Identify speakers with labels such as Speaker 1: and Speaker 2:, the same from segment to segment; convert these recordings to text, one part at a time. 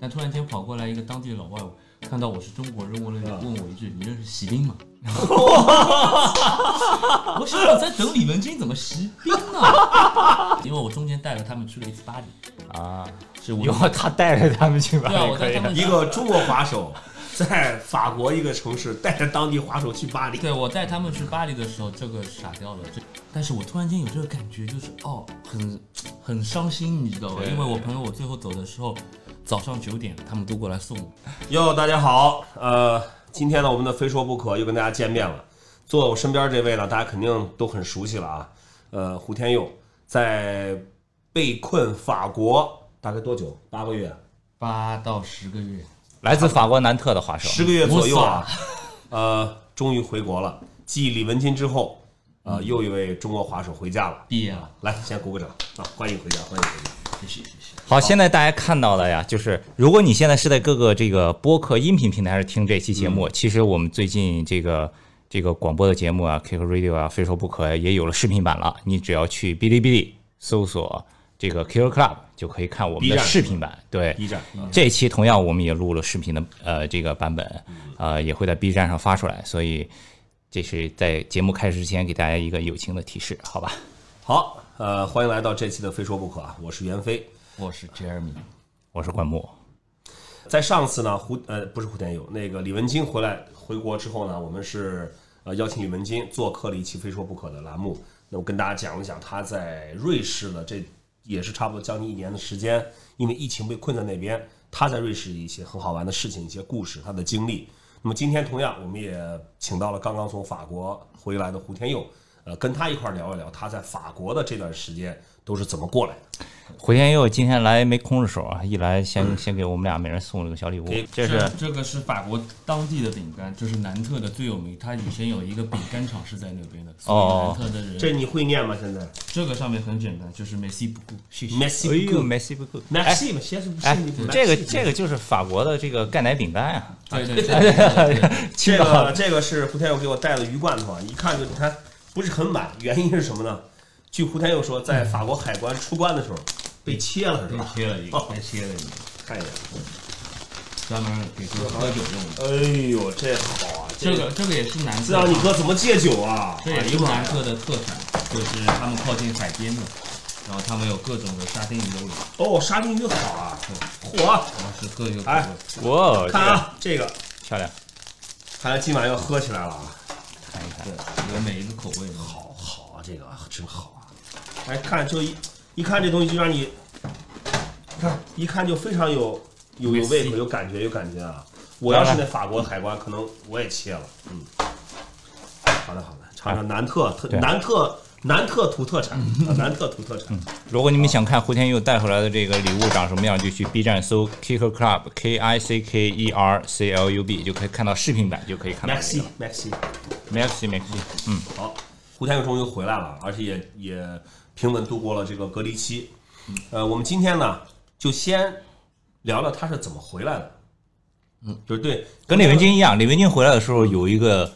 Speaker 1: 但突然间跑过来一个当地的老外，看到我是中国人，问了问我一句：“你认识席宾吗？” 我心想在等李文军怎么席宾呢？ 因为我中间带着他们去了一次巴黎，
Speaker 2: 啊，
Speaker 1: 是我
Speaker 2: 以后他带着他们去吧，
Speaker 1: 对啊，我
Speaker 2: 哎可
Speaker 1: 带
Speaker 2: 以
Speaker 1: 他
Speaker 2: 的。
Speaker 1: 们
Speaker 3: 一个中国滑 手在法国一个城市带着当地滑手去巴黎，
Speaker 1: 对我带他们去巴黎的时候，这个傻掉了。这，但是我突然间有这个感觉，就是哦，很很伤心，你知道吧？
Speaker 3: 对
Speaker 1: 因为我朋友我最后走的时候，早上九点他们都过来送我。
Speaker 3: 哟，大家好，呃，今天呢，我们的非说不可又跟大家见面了。坐我身边这位呢，大家肯定都很熟悉了啊。呃，胡天佑在被困法国大概多久？八个月，
Speaker 1: 八到十个月，
Speaker 2: 来自法国南特的滑手，
Speaker 3: 十个月左右啊。呃，终于回国了。继李文金之后，呃，又一位中国滑手回家了。
Speaker 1: 毕业了，
Speaker 3: 来，先鼓个掌啊！欢迎回家，欢迎回家。
Speaker 1: 谢谢谢谢。
Speaker 2: 好，现在大家看到了呀，就是如果你现在是在各个这个播客音频平台上听这期节
Speaker 1: 嗯
Speaker 2: 目，其实我们最近这个这个广播的节目啊，Kick Radio 啊，非说不可也有了视频版了。你只要去哔哩哔哩搜索这个 Kick Club 就可以看我们
Speaker 3: B
Speaker 2: 的
Speaker 3: 站
Speaker 2: 视频版。对，
Speaker 3: B 站啊，
Speaker 2: 嗯这一期同样我们也录了视频的呃这个版本，呃也会在 B 站上发出来，所以这是在节目开始之前给大家一个友情的提示，好吧？
Speaker 3: 好，呃，欢迎来到这期的《非说不可》啊，我是袁飞。
Speaker 1: 我是 Jeremy，
Speaker 2: 我是冠木，
Speaker 3: 在上次呢，胡呃不是胡天佑，那个李文金回来回国之后呢，我们是呃邀请李文金做客了一期《非说不可》的栏目。那我跟大家讲了讲他在瑞士的这也是差不多将近一年的时间，因为疫情被困在那边，他在瑞士一些很好玩的事情、一些故事、他的经历。那么今天同样，我们也请到了刚刚从法国回来的胡天佑，呃，跟他一块儿聊一聊他在法国的这段时间都是怎么过来的。
Speaker 2: 胡天佑今天来没空着手啊，一来先先给我们俩每人送了个小礼物
Speaker 3: 给，
Speaker 2: 这是
Speaker 1: 这个是法国当地的饼干，这是南特的最有名。他以前有一个饼干厂是在那边的，所
Speaker 2: 哦
Speaker 1: 以南特的人，
Speaker 3: 这你会念吗？现在
Speaker 1: 这个上面很简单，就是 Messi 不顾，谢谢。
Speaker 3: Messi
Speaker 2: 哎呦，Messi 不够，哎
Speaker 3: Messi 嘛，先是不
Speaker 2: 哎
Speaker 3: 是你，
Speaker 2: 这个这个就是法国的这个钙奶饼干啊呀，
Speaker 1: 对对对对，对
Speaker 3: 这个这个是胡天佑给我带的鱼罐头啊，一看就你看不是很满，原因是什么呢？据胡天佑说，在法国海关出关的时候嗯被切了是
Speaker 1: 又
Speaker 3: 吧？哎
Speaker 1: 贴了一个，还贴了一个，
Speaker 3: 看一眼，
Speaker 1: 专门给哥喝酒用的。
Speaker 3: 哎呦，这好啊，
Speaker 1: 这个这个也是南特
Speaker 3: 这让
Speaker 1: 的
Speaker 3: 你
Speaker 1: 嘛，
Speaker 3: 哥怎么戒酒啊？
Speaker 1: 这也
Speaker 3: 哎
Speaker 1: 是
Speaker 3: 呦妈
Speaker 1: 南
Speaker 3: 呀
Speaker 1: 特的特产，就是他们靠近海边的，然后他们有各种的沙丁鱼肉，
Speaker 3: 哦，沙丁鱼好啊，嚯！
Speaker 1: 然后是各有口
Speaker 3: 哎
Speaker 1: 味。
Speaker 2: 哇哦，这
Speaker 3: 看
Speaker 2: 个
Speaker 3: 啊，这个
Speaker 2: 漂亮，
Speaker 3: 看来今晚要喝起来了啊，
Speaker 2: 看一看，
Speaker 1: 对，有每一个口味的。
Speaker 3: 好好啊，这个真好啊！哎，看就一一看这东西就让你，看一看就非常有有有胃口，有感觉，有感觉啊！我要是那法国海关，可能我也切了。嗯，好的好的，尝尝南特特
Speaker 2: 对
Speaker 3: 南特南特土特产，啊南特土特产。
Speaker 2: 如果你们想看胡天佑带回来的这个礼物长什么样，就去 B 站搜 Kicker Club K I C K E R C L U B 就可以看到视频版，就可以看到
Speaker 3: Maxi Maxi，
Speaker 2: Maxi Maxi，嗯，
Speaker 3: 好，胡天佑终于回来了，而且也也平稳度过了这个隔离期。呃，我们今天呢，就先聊聊他是怎么回来的。嗯，就是对，
Speaker 2: 跟李文金一样，李文金回来的时候有一个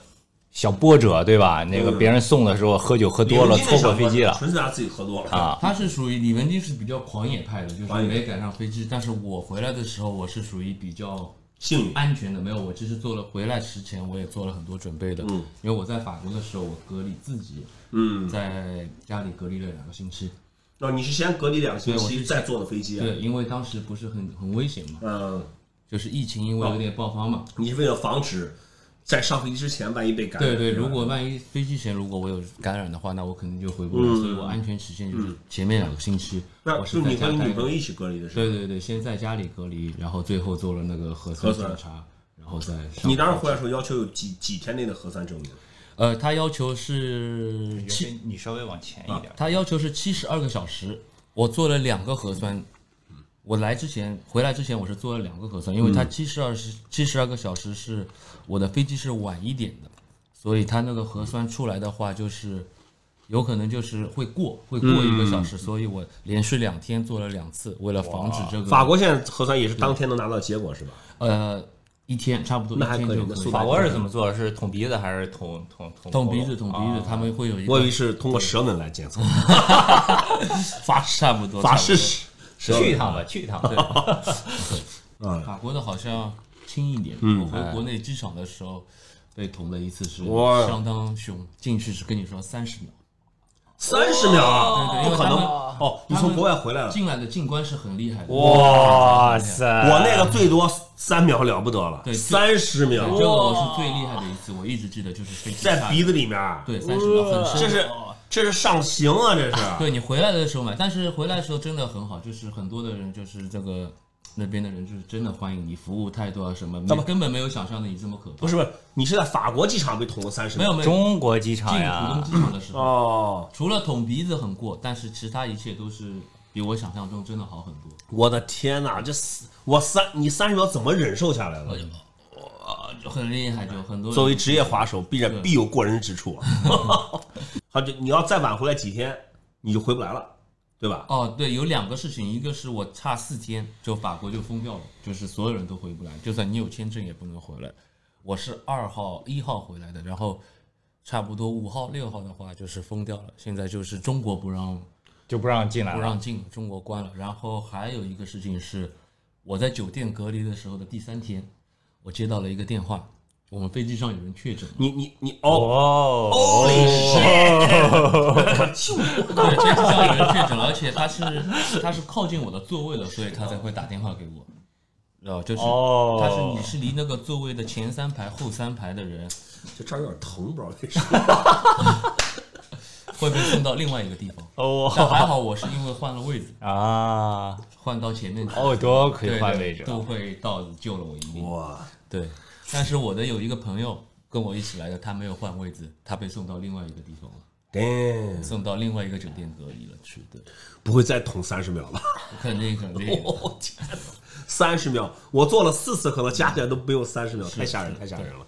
Speaker 2: 小波折，对吧？那个别人送的时候喝酒喝多了，
Speaker 3: 李文金那
Speaker 2: 错过
Speaker 3: 场
Speaker 2: 飞机了
Speaker 3: 纯是他自己喝多了。
Speaker 2: 啊。
Speaker 1: 他是属于李文金是比较狂野派的，就是
Speaker 3: 狂野
Speaker 1: 没赶上飞机。但是我回来的时候，我是属于比较
Speaker 3: 幸运，
Speaker 1: 安全的，没有，我其实做了回来之前我也做了很多准备的。
Speaker 3: 嗯，
Speaker 1: 因为我在法国的时候，我隔离自己
Speaker 3: 嗯，
Speaker 1: 在家里隔离了两个星期。
Speaker 3: 哦，你是先隔离两个星
Speaker 1: 对我
Speaker 3: 期
Speaker 1: 是
Speaker 3: 再坐的飞机啊？
Speaker 1: 对，因为当时不是很很危险嘛，
Speaker 3: 嗯，
Speaker 1: 就是疫情因为有点爆发嘛。
Speaker 3: 你是为了防止在上飞机之前万一被感
Speaker 1: 对
Speaker 3: 染。
Speaker 1: 对，
Speaker 3: 吧
Speaker 1: 如果万一飞机前如果我有感染的话，那我肯定就回不来，所以我安全期限就是前面两个星期，
Speaker 3: 嗯那
Speaker 1: 我
Speaker 3: 就是
Speaker 1: 在
Speaker 3: 你
Speaker 1: 家
Speaker 3: 和你
Speaker 1: 待
Speaker 3: 女朋友
Speaker 1: 着。
Speaker 3: 一起隔离的是吧？
Speaker 1: 对对对，先在家里隔离，然后最后做了那个核
Speaker 3: 核
Speaker 1: 酸
Speaker 3: 酸
Speaker 1: 检查，然后再上
Speaker 3: 你当时回来的时候要求有几几天内的核酸证明？
Speaker 1: 呃，他要求是七，
Speaker 2: 你稍微往前一点，
Speaker 1: 他要求是七十二个小时，我做了两个核酸。我来之前，回来之前我是做了两个核酸，因为他
Speaker 3: 嗯
Speaker 1: 七十二是七十二个小时是我的飞机是晚一点的，所以他那个核酸出来的话就是有可能就是会过会过一个
Speaker 3: 嗯
Speaker 1: 小时，所以我连续两天做了两次，为了防止这
Speaker 3: 法
Speaker 1: 个
Speaker 3: 国现在核酸也是当天能拿到结果是吧？
Speaker 1: 呃一天差不多
Speaker 3: 那还
Speaker 1: 一天
Speaker 3: 可以
Speaker 1: 就
Speaker 3: 那
Speaker 1: 可
Speaker 3: 速
Speaker 1: 以
Speaker 3: 度
Speaker 2: 法国是怎么做？是捅鼻子还是捅捅捅
Speaker 1: 捅鼻子捅
Speaker 2: 捅
Speaker 1: 鼻子，他们会有一
Speaker 3: 哦我以
Speaker 1: 个
Speaker 3: 为是通过舌吻来检测，
Speaker 1: 法差不多
Speaker 3: 法
Speaker 1: 差不多
Speaker 3: 式舌
Speaker 2: 啊
Speaker 3: 吻
Speaker 2: 去一趟吧，去一趟。对，
Speaker 3: 嗯
Speaker 1: 法国的好像轻一点。我回国内机场的时候被捅了一次，是
Speaker 3: 哇
Speaker 1: 相当凶，进去是跟你说三十秒。
Speaker 3: 三十秒啊，
Speaker 1: 对对因
Speaker 3: 不
Speaker 1: 为
Speaker 3: 可能
Speaker 1: 哦他们
Speaker 3: 哦！你从国外回来了，
Speaker 1: 进来的进关是很厉害的。
Speaker 2: 哇塞！
Speaker 3: 我那个最多三秒了不得了，
Speaker 1: 对就
Speaker 3: 三十秒
Speaker 1: 对，这个我是最厉害的一次，我一直记得就是飞机
Speaker 3: 在
Speaker 1: 餐
Speaker 3: 鼻子里面，啊
Speaker 1: 对三十秒很深。
Speaker 3: 这是这是上刑啊，这是。
Speaker 1: 对你回来的时候买，但是回来的时候真的很好，就是很多的人就是这个那边的人就是真的欢迎你，服务态度啊什么，没根本没有想象的你这么可怕。
Speaker 3: 不是不是，你是在法国机场被捅了三十
Speaker 1: 没
Speaker 3: 秒？
Speaker 1: 有没有，进
Speaker 2: 中国机场
Speaker 1: 浦东
Speaker 2: 呀，
Speaker 1: 机场的时候，
Speaker 3: 哦，
Speaker 1: 除了捅鼻子很过，但是其他一切都是比我想象中真的好很多。
Speaker 3: 我的天哪，这四我三你三十秒怎么忍受下来
Speaker 1: 哎
Speaker 3: 的？
Speaker 1: 啊，就很厉害，就很多人
Speaker 3: 作为职业滑手，必然
Speaker 1: 对
Speaker 3: 必有过人之处。啊 好，就你要再晚回来几天，你就回不来了，对吧？
Speaker 1: 哦，对，有两个事情，一个是我差四天，就法国就封掉了，就是所有人都回不来，就算你有签证也不能回来。我是二号、一号回来的，然后差不多五号、六号的话就是封掉了。现在就是中国不让
Speaker 2: 就不让进来
Speaker 1: 不
Speaker 2: 了。
Speaker 1: 让进，中国关了。然后还有一个事情是，我在酒店隔离的时候的第三天，我接到了一个电话，我们飞机上有人确 诊了。
Speaker 3: 你你你哦，
Speaker 2: 哦，
Speaker 1: 对，这次上有人确诊了，而且他是他是靠近我的座位的，所以他才会打电话给我。哦，就是，
Speaker 2: 哦
Speaker 1: 他是你是离那个座位的前三排、后三排的人
Speaker 3: 这这儿有点疼，不知道为啥。
Speaker 1: 会被送到另外一个地方。
Speaker 2: 哦
Speaker 1: 但还好我是因为换了位置，
Speaker 2: 啊，
Speaker 1: 换到前面去，
Speaker 2: 哦，都
Speaker 1: 对
Speaker 2: 可以
Speaker 1: 对
Speaker 2: 换位置啊了。
Speaker 1: 都会到救了我一命。
Speaker 3: 哇，
Speaker 1: 对，但是我的有一个朋友跟我一起来的，他没有换位置，他被送到另外一个地方了，
Speaker 3: damn，
Speaker 1: 送到另外一个酒店隔离了去。对，
Speaker 3: 不会再捅三十秒吧？
Speaker 1: 肯定肯定。
Speaker 3: 我天哪，三十秒，我做了四次，可能加起来都没有三十秒，太吓人，太吓人了。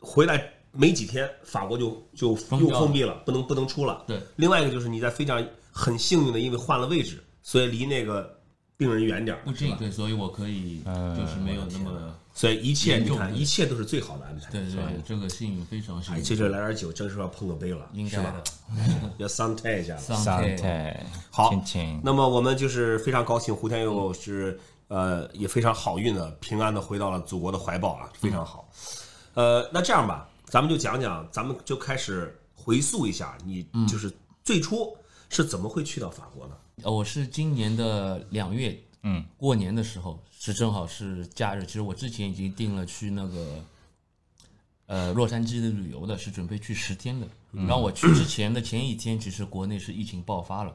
Speaker 3: 回来没几天，法国就就
Speaker 1: 封
Speaker 3: 又
Speaker 1: 掉了
Speaker 3: 封闭了，不能不能出了。
Speaker 1: 对
Speaker 3: 另外一个就是你在飞机上很幸运的，因为换了位置，所以离那个病人远点儿
Speaker 1: 不，
Speaker 3: 是
Speaker 1: 近，
Speaker 3: 吧？
Speaker 1: 对，所以我可以就是没有那么。
Speaker 3: 所以一切
Speaker 1: 严
Speaker 3: 你
Speaker 1: 重
Speaker 3: 看，
Speaker 1: 对
Speaker 3: 一切都是最好的安排。
Speaker 1: 对
Speaker 3: 是吧
Speaker 1: 对，这个幸运非常幸
Speaker 3: 哎，
Speaker 1: 运，
Speaker 3: 这就来点酒，真是要碰个杯了，
Speaker 1: 应
Speaker 3: 是
Speaker 1: 该
Speaker 3: 吧
Speaker 1: 的。
Speaker 3: 要 sun tan 一下了。
Speaker 1: 桑泰
Speaker 3: 好
Speaker 2: 亲亲，
Speaker 3: 那么我们就是非常高兴，胡天佑是呃也非常好运的，平安的回到了祖国的怀抱啊，非常好。呃，那这样吧，咱们就讲讲，咱们就开始回溯一下，你就是最初是怎么会去到法国呢？
Speaker 1: 呃，我是今年的两月，
Speaker 2: 嗯，
Speaker 1: 过年的时候是正好是假日。其实我之前已经定了去那个，呃，洛杉矶的旅游的，是准备去十天的。
Speaker 3: 嗯
Speaker 1: 然后我去之前的前一天，其实国内是疫情爆发了，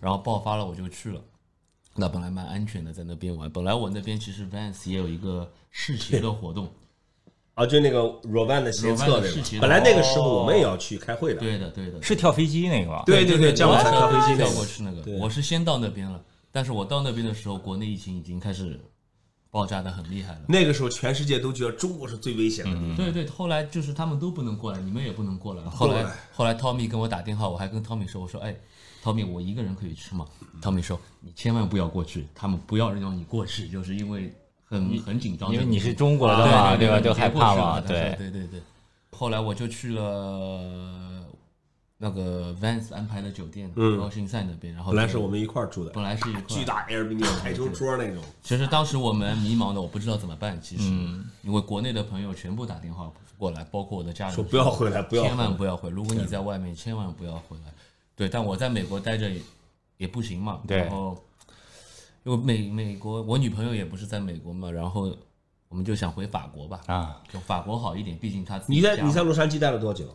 Speaker 1: 然后爆发了我就去了。那本来蛮安全的，在那边玩。本来我那边其实 Vans 也有一个试鞋的活动，
Speaker 3: 啊，就那个 Rovan 的哦斜侧
Speaker 1: Rovan 的
Speaker 3: 对
Speaker 1: 视
Speaker 3: 吧
Speaker 1: 觉？
Speaker 3: 本来那个时候我们也要去开会的，
Speaker 1: 对的，对的，
Speaker 2: 是跳飞机那个吗？
Speaker 3: 对对对，
Speaker 1: 对
Speaker 3: 降落伞
Speaker 1: 我
Speaker 3: 跳飞机那
Speaker 1: 跳过
Speaker 3: 个，
Speaker 1: 去那个，我是先到那边了，但是我到那边的时候，国内疫情已经开始爆炸的很厉害了。
Speaker 3: 那个时候全世界都觉得中国是最危险的地方。
Speaker 1: 对对，后来就是他们都不能过来，你们也不能过来。嗯后来后来，Tommy 跟我打电话，我还跟 Tommy 说，我说，哎，Tommy，我一个人可以吃吗？Tommy 说，你千万不要过去，他们不要让你过去，就是因为很很紧张，
Speaker 2: 因为
Speaker 1: 这个
Speaker 2: 你是中国的
Speaker 1: 对
Speaker 2: 嘛，
Speaker 1: 啊对
Speaker 2: 吧？
Speaker 1: 对
Speaker 2: 就害怕嘛，
Speaker 1: 你别过去了
Speaker 2: 对
Speaker 1: 他说。对对对。后来我就去了那个 Vans 安排的酒店，高新赛那边，然后
Speaker 3: 本来是
Speaker 1: 就
Speaker 3: 我们一块儿住的，
Speaker 1: 本来是一块
Speaker 3: 巨大 Airbnb 台球桌那种。
Speaker 1: 其实当时我们迷茫的，我不知道怎么办。其实，
Speaker 2: 嗯
Speaker 1: 因为国内的朋友全部打电话过来，包括我的家人
Speaker 3: 说不要回来，不要回
Speaker 1: 千
Speaker 3: 来。
Speaker 1: 万不要回。如果你在外面，千万不要回来。对，但我在美国待着也也不行嘛。
Speaker 2: 对
Speaker 1: 然后，因为美美国，我女朋友也不是在美国嘛，然后我们就想回法国吧。
Speaker 2: 啊，
Speaker 1: 就法国好一点，毕竟她自己
Speaker 3: 你在
Speaker 1: 家
Speaker 3: 你
Speaker 1: 嘛
Speaker 3: 在洛杉矶待了多久？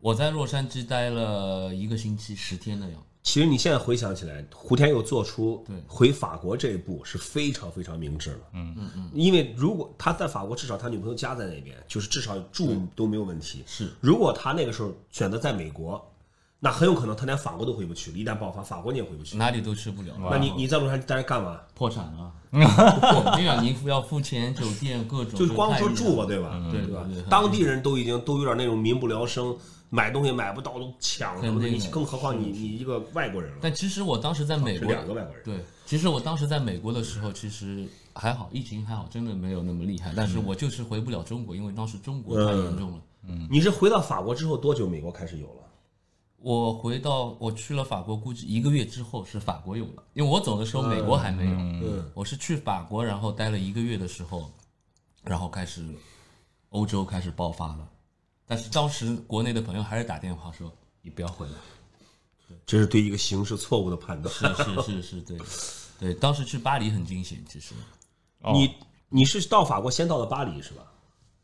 Speaker 1: 我在洛杉矶待了一个星期，十天的样子。
Speaker 3: 其实你现在回想起来，胡天佑做出
Speaker 1: 对
Speaker 3: 回法国这一步是非常非常明智的。嗯嗯嗯，因为如果他在法国，至少他女朋友家在那边，就是至少住都没有问题。
Speaker 1: 是，
Speaker 3: 如果他那个时候选择在美国，那很有可能他连法国都回不去了。一旦爆发，法国你也回不去。
Speaker 1: 哪里都去不了。
Speaker 3: 那你你在洛杉矶待着干嘛？
Speaker 1: 破产 了，对呀，你要付钱，酒店各种，
Speaker 3: 就是光说
Speaker 1: 太
Speaker 3: 住吧，对吧？
Speaker 1: 嗯对
Speaker 3: 对吧
Speaker 1: 对对？
Speaker 3: 当地人都已经都有点那种民不聊生，买东西买不到都抢什么的，
Speaker 1: 肯定
Speaker 3: 你
Speaker 1: 的
Speaker 3: 更何况你你一个外国人了，
Speaker 1: 但其实我当时在美
Speaker 3: 是
Speaker 1: 国，
Speaker 3: 两个外国人。
Speaker 1: 对，其实我当时在美国的时候，其实还好，疫情还好，真的没有那么厉害。但是
Speaker 3: 嗯
Speaker 1: 我就是回不了中国，因为当时中国太严重了。
Speaker 3: 你是回到法国之后多久美国开始有了？
Speaker 1: 我回到我去了法国，估计一个月之后是法国有了，因为我走的时候美国还没有，
Speaker 3: 嗯
Speaker 1: 我是去法国，然后待了一个月的时候，然后开始欧洲开始爆发了，但是当时国内的朋友还是打电话说你不要回来，
Speaker 3: 这是对一个形势错误的判断。
Speaker 1: 是是是是，对对，当时去巴黎很惊险，其实，
Speaker 2: 哦
Speaker 3: 你你是到法国先到的巴黎是吧？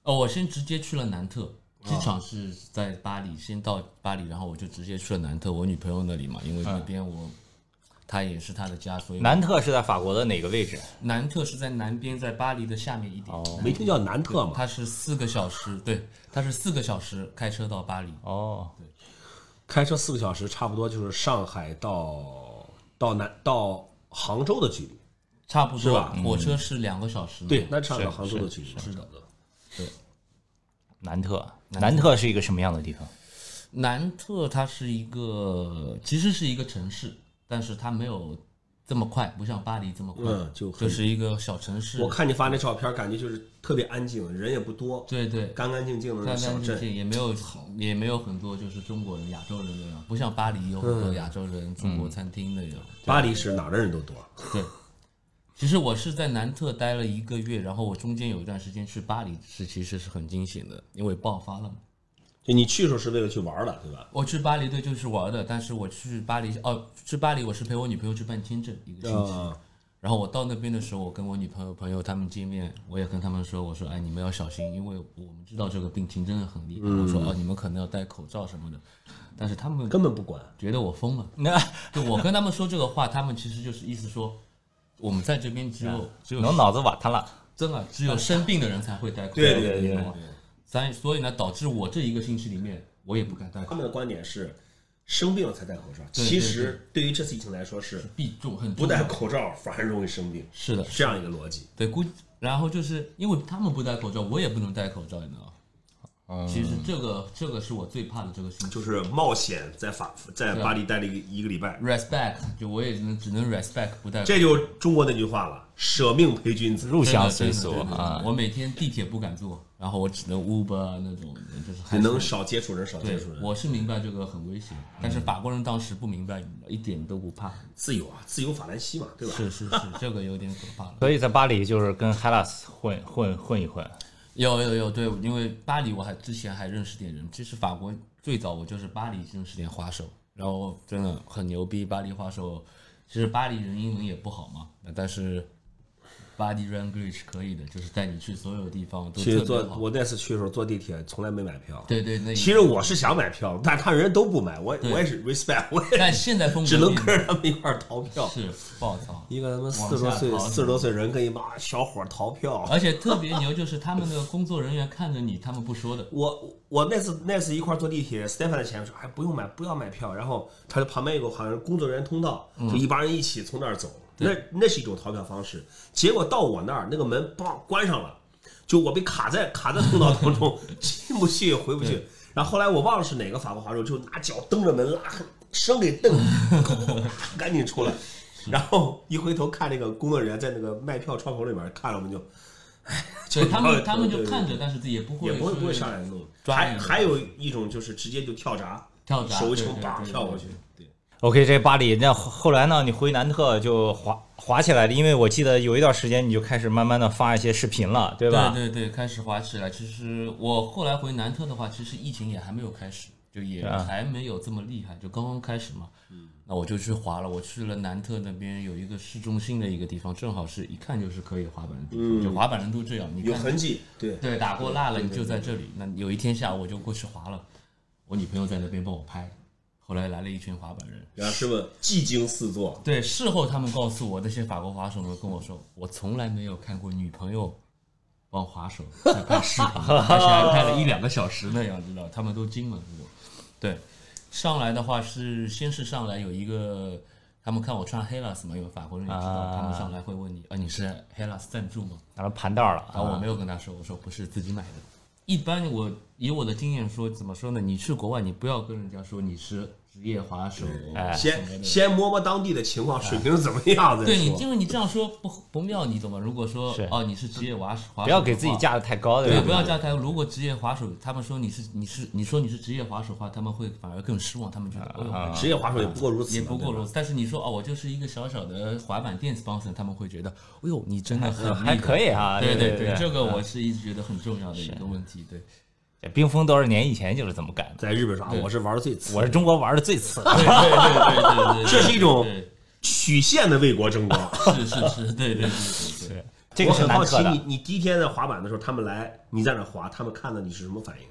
Speaker 1: 哦，我先直接去了南特。机
Speaker 3: 啊
Speaker 1: 场是在巴黎，先到巴黎，然后我就直接去了南特，我女朋友那里嘛，因为
Speaker 3: 啊
Speaker 1: 那边我，她也是她的家，所以
Speaker 2: 南特是在法国的哪个位置？
Speaker 1: 南特是在南边，在巴黎的下面一点。哦
Speaker 3: 没听叫南特嘛？
Speaker 1: 它是四个小时，对，它是四个小时开车到巴黎。
Speaker 2: 哦，
Speaker 3: 开车四个小时，差不多就是上海到到南到杭州的距离。
Speaker 1: 差不
Speaker 3: 是
Speaker 1: 多
Speaker 3: 吧，嗯
Speaker 1: 火车是两个小时。
Speaker 3: 对，，那差不多杭州的距离。是的，
Speaker 2: 南特，南特是一个什么样的地方？
Speaker 1: 南特它是一个，其实是一个城市，但是它没有这么快，不像巴黎这么快，
Speaker 3: 嗯就很
Speaker 1: 是一个小城市
Speaker 3: 我。看你发那照片，感觉就是特别安静，人也不多，
Speaker 1: 对对，
Speaker 3: 干干净净的那
Speaker 1: 干
Speaker 3: 种小
Speaker 1: 干净
Speaker 3: 镇。
Speaker 1: 净，也没有也没有很多就是中国人、亚洲人那样，不像巴黎有
Speaker 3: 嗯
Speaker 1: 很多亚洲人、中国餐厅那样。
Speaker 3: 巴黎是哪儿的人都多。
Speaker 1: 对，其实我是在南特待了一个月，然后我中间有一段时间去巴黎是其实是很惊险的，因为爆发了嘛。
Speaker 3: 就你去的时候是为了去玩儿的，对吧？
Speaker 1: 我去巴黎对就是玩的，但是我去巴黎哦，去巴黎我是陪我女朋友去办签证一个星期，
Speaker 3: 啊，
Speaker 1: 然后我到那边的时候，我跟我女朋友朋友他们见面，我也跟他们说，我说哎你们要小心，因为我们知道这个病情真的很厉害，我
Speaker 3: 嗯
Speaker 1: 说哦你们可能要戴口罩什么的，但是他们
Speaker 3: 根本不管。
Speaker 1: 觉得我疯了。
Speaker 2: 那
Speaker 1: 就我跟他们说这个话，他们其实就是意思说，我们在这边只
Speaker 3: 啊
Speaker 1: 有只有
Speaker 2: 能脑子瓦特了。
Speaker 1: 真的只有生病的人才会戴口罩，
Speaker 3: 对对对
Speaker 1: 你懂吗所以所以呢，导致我这一个星期里面，我也不敢戴口
Speaker 3: 他
Speaker 1: 罩，
Speaker 3: 们的观点是，生病了才戴口罩。
Speaker 1: 对
Speaker 3: 其实对于这次疫情来说是，
Speaker 1: 必中很
Speaker 3: 不
Speaker 1: 重
Speaker 3: 戴口罩反而容易生病，
Speaker 1: 是的，
Speaker 3: 这样一个逻辑。
Speaker 1: 对，估计然后就是因为他们不戴口罩，我也不能戴口罩，你知道吗？其实这个这个是我最怕的这个星期
Speaker 3: 就是冒险在法在
Speaker 1: 对啊
Speaker 3: 巴黎待了一个一个礼拜，
Speaker 1: ，respect，就我也只能只能 respect 不戴口罩。
Speaker 3: 这就中国那句话了：舍命陪君子。
Speaker 2: 入
Speaker 1: 真的
Speaker 2: 乡随俗
Speaker 1: 真的真的
Speaker 2: 啊！
Speaker 1: 我每天地铁不敢坐，然后我只能 Uber 啊那种，就是还
Speaker 3: 你
Speaker 1: 是
Speaker 3: 能少接触人，少接
Speaker 1: 对
Speaker 3: 触，人，
Speaker 1: 我是明白这个很危险，但是法国人当时不明白，一点都不怕。
Speaker 3: 自由啊，自由法兰西嘛，对吧？
Speaker 1: 是是 是，这个有点可怕了。
Speaker 2: 所以在巴黎就是跟 Hellas 混混混一混。
Speaker 1: 有有有，对，因为巴黎我还之前还认识点人，其实法国最早我就是巴黎认识点花手，然后真的很牛逼，巴黎花手。其实巴黎人英文也不好嘛，但是 body language 可以的，就是带你去所有地方都
Speaker 3: 其实
Speaker 1: 特
Speaker 3: 坐
Speaker 1: 别好。
Speaker 3: 我那次去的时候坐地铁从来没买票。
Speaker 1: 对对，那
Speaker 3: 其实我是想买票，但他人都不买，我我也是 respect，我也
Speaker 1: 但现在风格
Speaker 3: 只能
Speaker 1: 变
Speaker 3: 跟着他们一块儿逃票。
Speaker 1: 是暴躁，
Speaker 3: 一个他妈四十多
Speaker 1: 往下
Speaker 3: 岁
Speaker 1: 逃
Speaker 3: 四十多岁人跟一帮小伙儿逃票，
Speaker 1: 而且特别牛，就是他们的工作人员看着你，他们不说的。
Speaker 3: 我我那次那次一块儿坐地铁，Stefan 的前面说，哎，不用买，不要买票。然后他就旁边有个好像是工作人员通道，就一帮人一起从那儿走，那那是一种逃票方式。结果到我那儿，那个门砰关上了，就我被卡在卡在通道当中， 进不去也回不去。然后后来我忘了是哪个法国滑手，就拿脚蹬着门拉，生给蹬，赶紧出来。然后一回头看那个工作人员在那个卖票窗口里面看了我们就，
Speaker 1: 对他
Speaker 3: 对
Speaker 1: 们，他们
Speaker 3: 对
Speaker 1: 就
Speaker 3: 对
Speaker 1: 看着，但是自己也不会
Speaker 3: 也不会
Speaker 1: 说
Speaker 3: 不会上来弄。
Speaker 1: 抓
Speaker 3: 还
Speaker 1: 你的
Speaker 3: 还有一种就是直接就跳闸，
Speaker 1: 跳闸
Speaker 3: 手一撑，
Speaker 1: 对对
Speaker 3: 叭
Speaker 1: 对
Speaker 3: 跳
Speaker 1: 对
Speaker 3: 过
Speaker 1: 对
Speaker 3: 去。对，
Speaker 2: OK，这巴黎，那后后来呢？你回南特就滑滑起来了，因为我记得有一段时间你就开始慢慢的发一些视频了，对吧？
Speaker 1: 对对对，开始滑起来。其实我后来回南特的话，其实疫情也还没有开始，就也
Speaker 2: 啊
Speaker 1: 还没有这么厉害，就刚刚开始嘛。嗯，那我就去滑了。我去了南特那边有一个市中心的一个地方，正好是一看就是可以滑板的地方，就滑板人都这样。你
Speaker 3: 嗯有
Speaker 1: 看
Speaker 3: 痕迹。对，
Speaker 1: 对，打过蜡了，你就在这里。那有一天下午我就过去滑了，我女朋友在那边帮我拍，后来来了一群滑板人。
Speaker 3: 然后师傅技惊四座，
Speaker 1: 对，事后他们告诉我，那些法国滑手们跟我说，我从来没有看过女朋友帮滑手在拍视频，而且还拍了一两个小时那样，知道？他们都惊了，我。对，上来的话是先是上来有一个，他们看我穿 Hellas 嘛，因为法国人也知道，他们上来会问你，啊，你是 Hellas 赞助吗？
Speaker 2: 然后盘道了
Speaker 1: 然后我
Speaker 2: 啊，
Speaker 1: 没有跟他说，我说不是自己买的。一般我以我的经验说，怎么说呢？你去国外，你不要跟人家说你是职业滑手，
Speaker 3: 哎先先摸摸当地的情况，水平是怎么样的？
Speaker 1: 哎对你，因为你这样说不不妙，你懂吗？如果说
Speaker 2: 是
Speaker 1: 哦，你是职业滑手滑手，
Speaker 2: 不要给自己。架的太高的，
Speaker 1: 啊对，不要加台。如果职业滑手，他们说你是你是你说你是职业滑手的话，他们会反而更失望，他们觉得哎呦
Speaker 2: 啊
Speaker 3: 职业滑手也不过如此嘛，
Speaker 1: 也不过
Speaker 3: 对吧
Speaker 1: 如此。但是你说哦，我就是一个小小的滑板店 sponsor，他们会觉得，哎呦，你真的很厉害
Speaker 2: 还可以啊
Speaker 1: 对
Speaker 2: 对对
Speaker 1: 对，
Speaker 2: 对
Speaker 1: 这个我是一直觉得很重要的一个问题。对，
Speaker 2: 这冰封多少年以前就是这么干的，
Speaker 3: 在日本说啊，我是玩的最次，
Speaker 2: 我是中国玩的 最次的。
Speaker 1: 对对对对对对，
Speaker 3: 这是一种
Speaker 1: 对
Speaker 3: 曲线的为国争光。
Speaker 1: 是是是，对对对对对。
Speaker 2: 这
Speaker 3: 我
Speaker 2: 个是
Speaker 3: 很
Speaker 2: 难
Speaker 3: 好奇
Speaker 2: 磕
Speaker 3: 你
Speaker 2: 的，
Speaker 3: 你第一天在滑板的时候，他们来你在那滑，他们看到你是什么反应？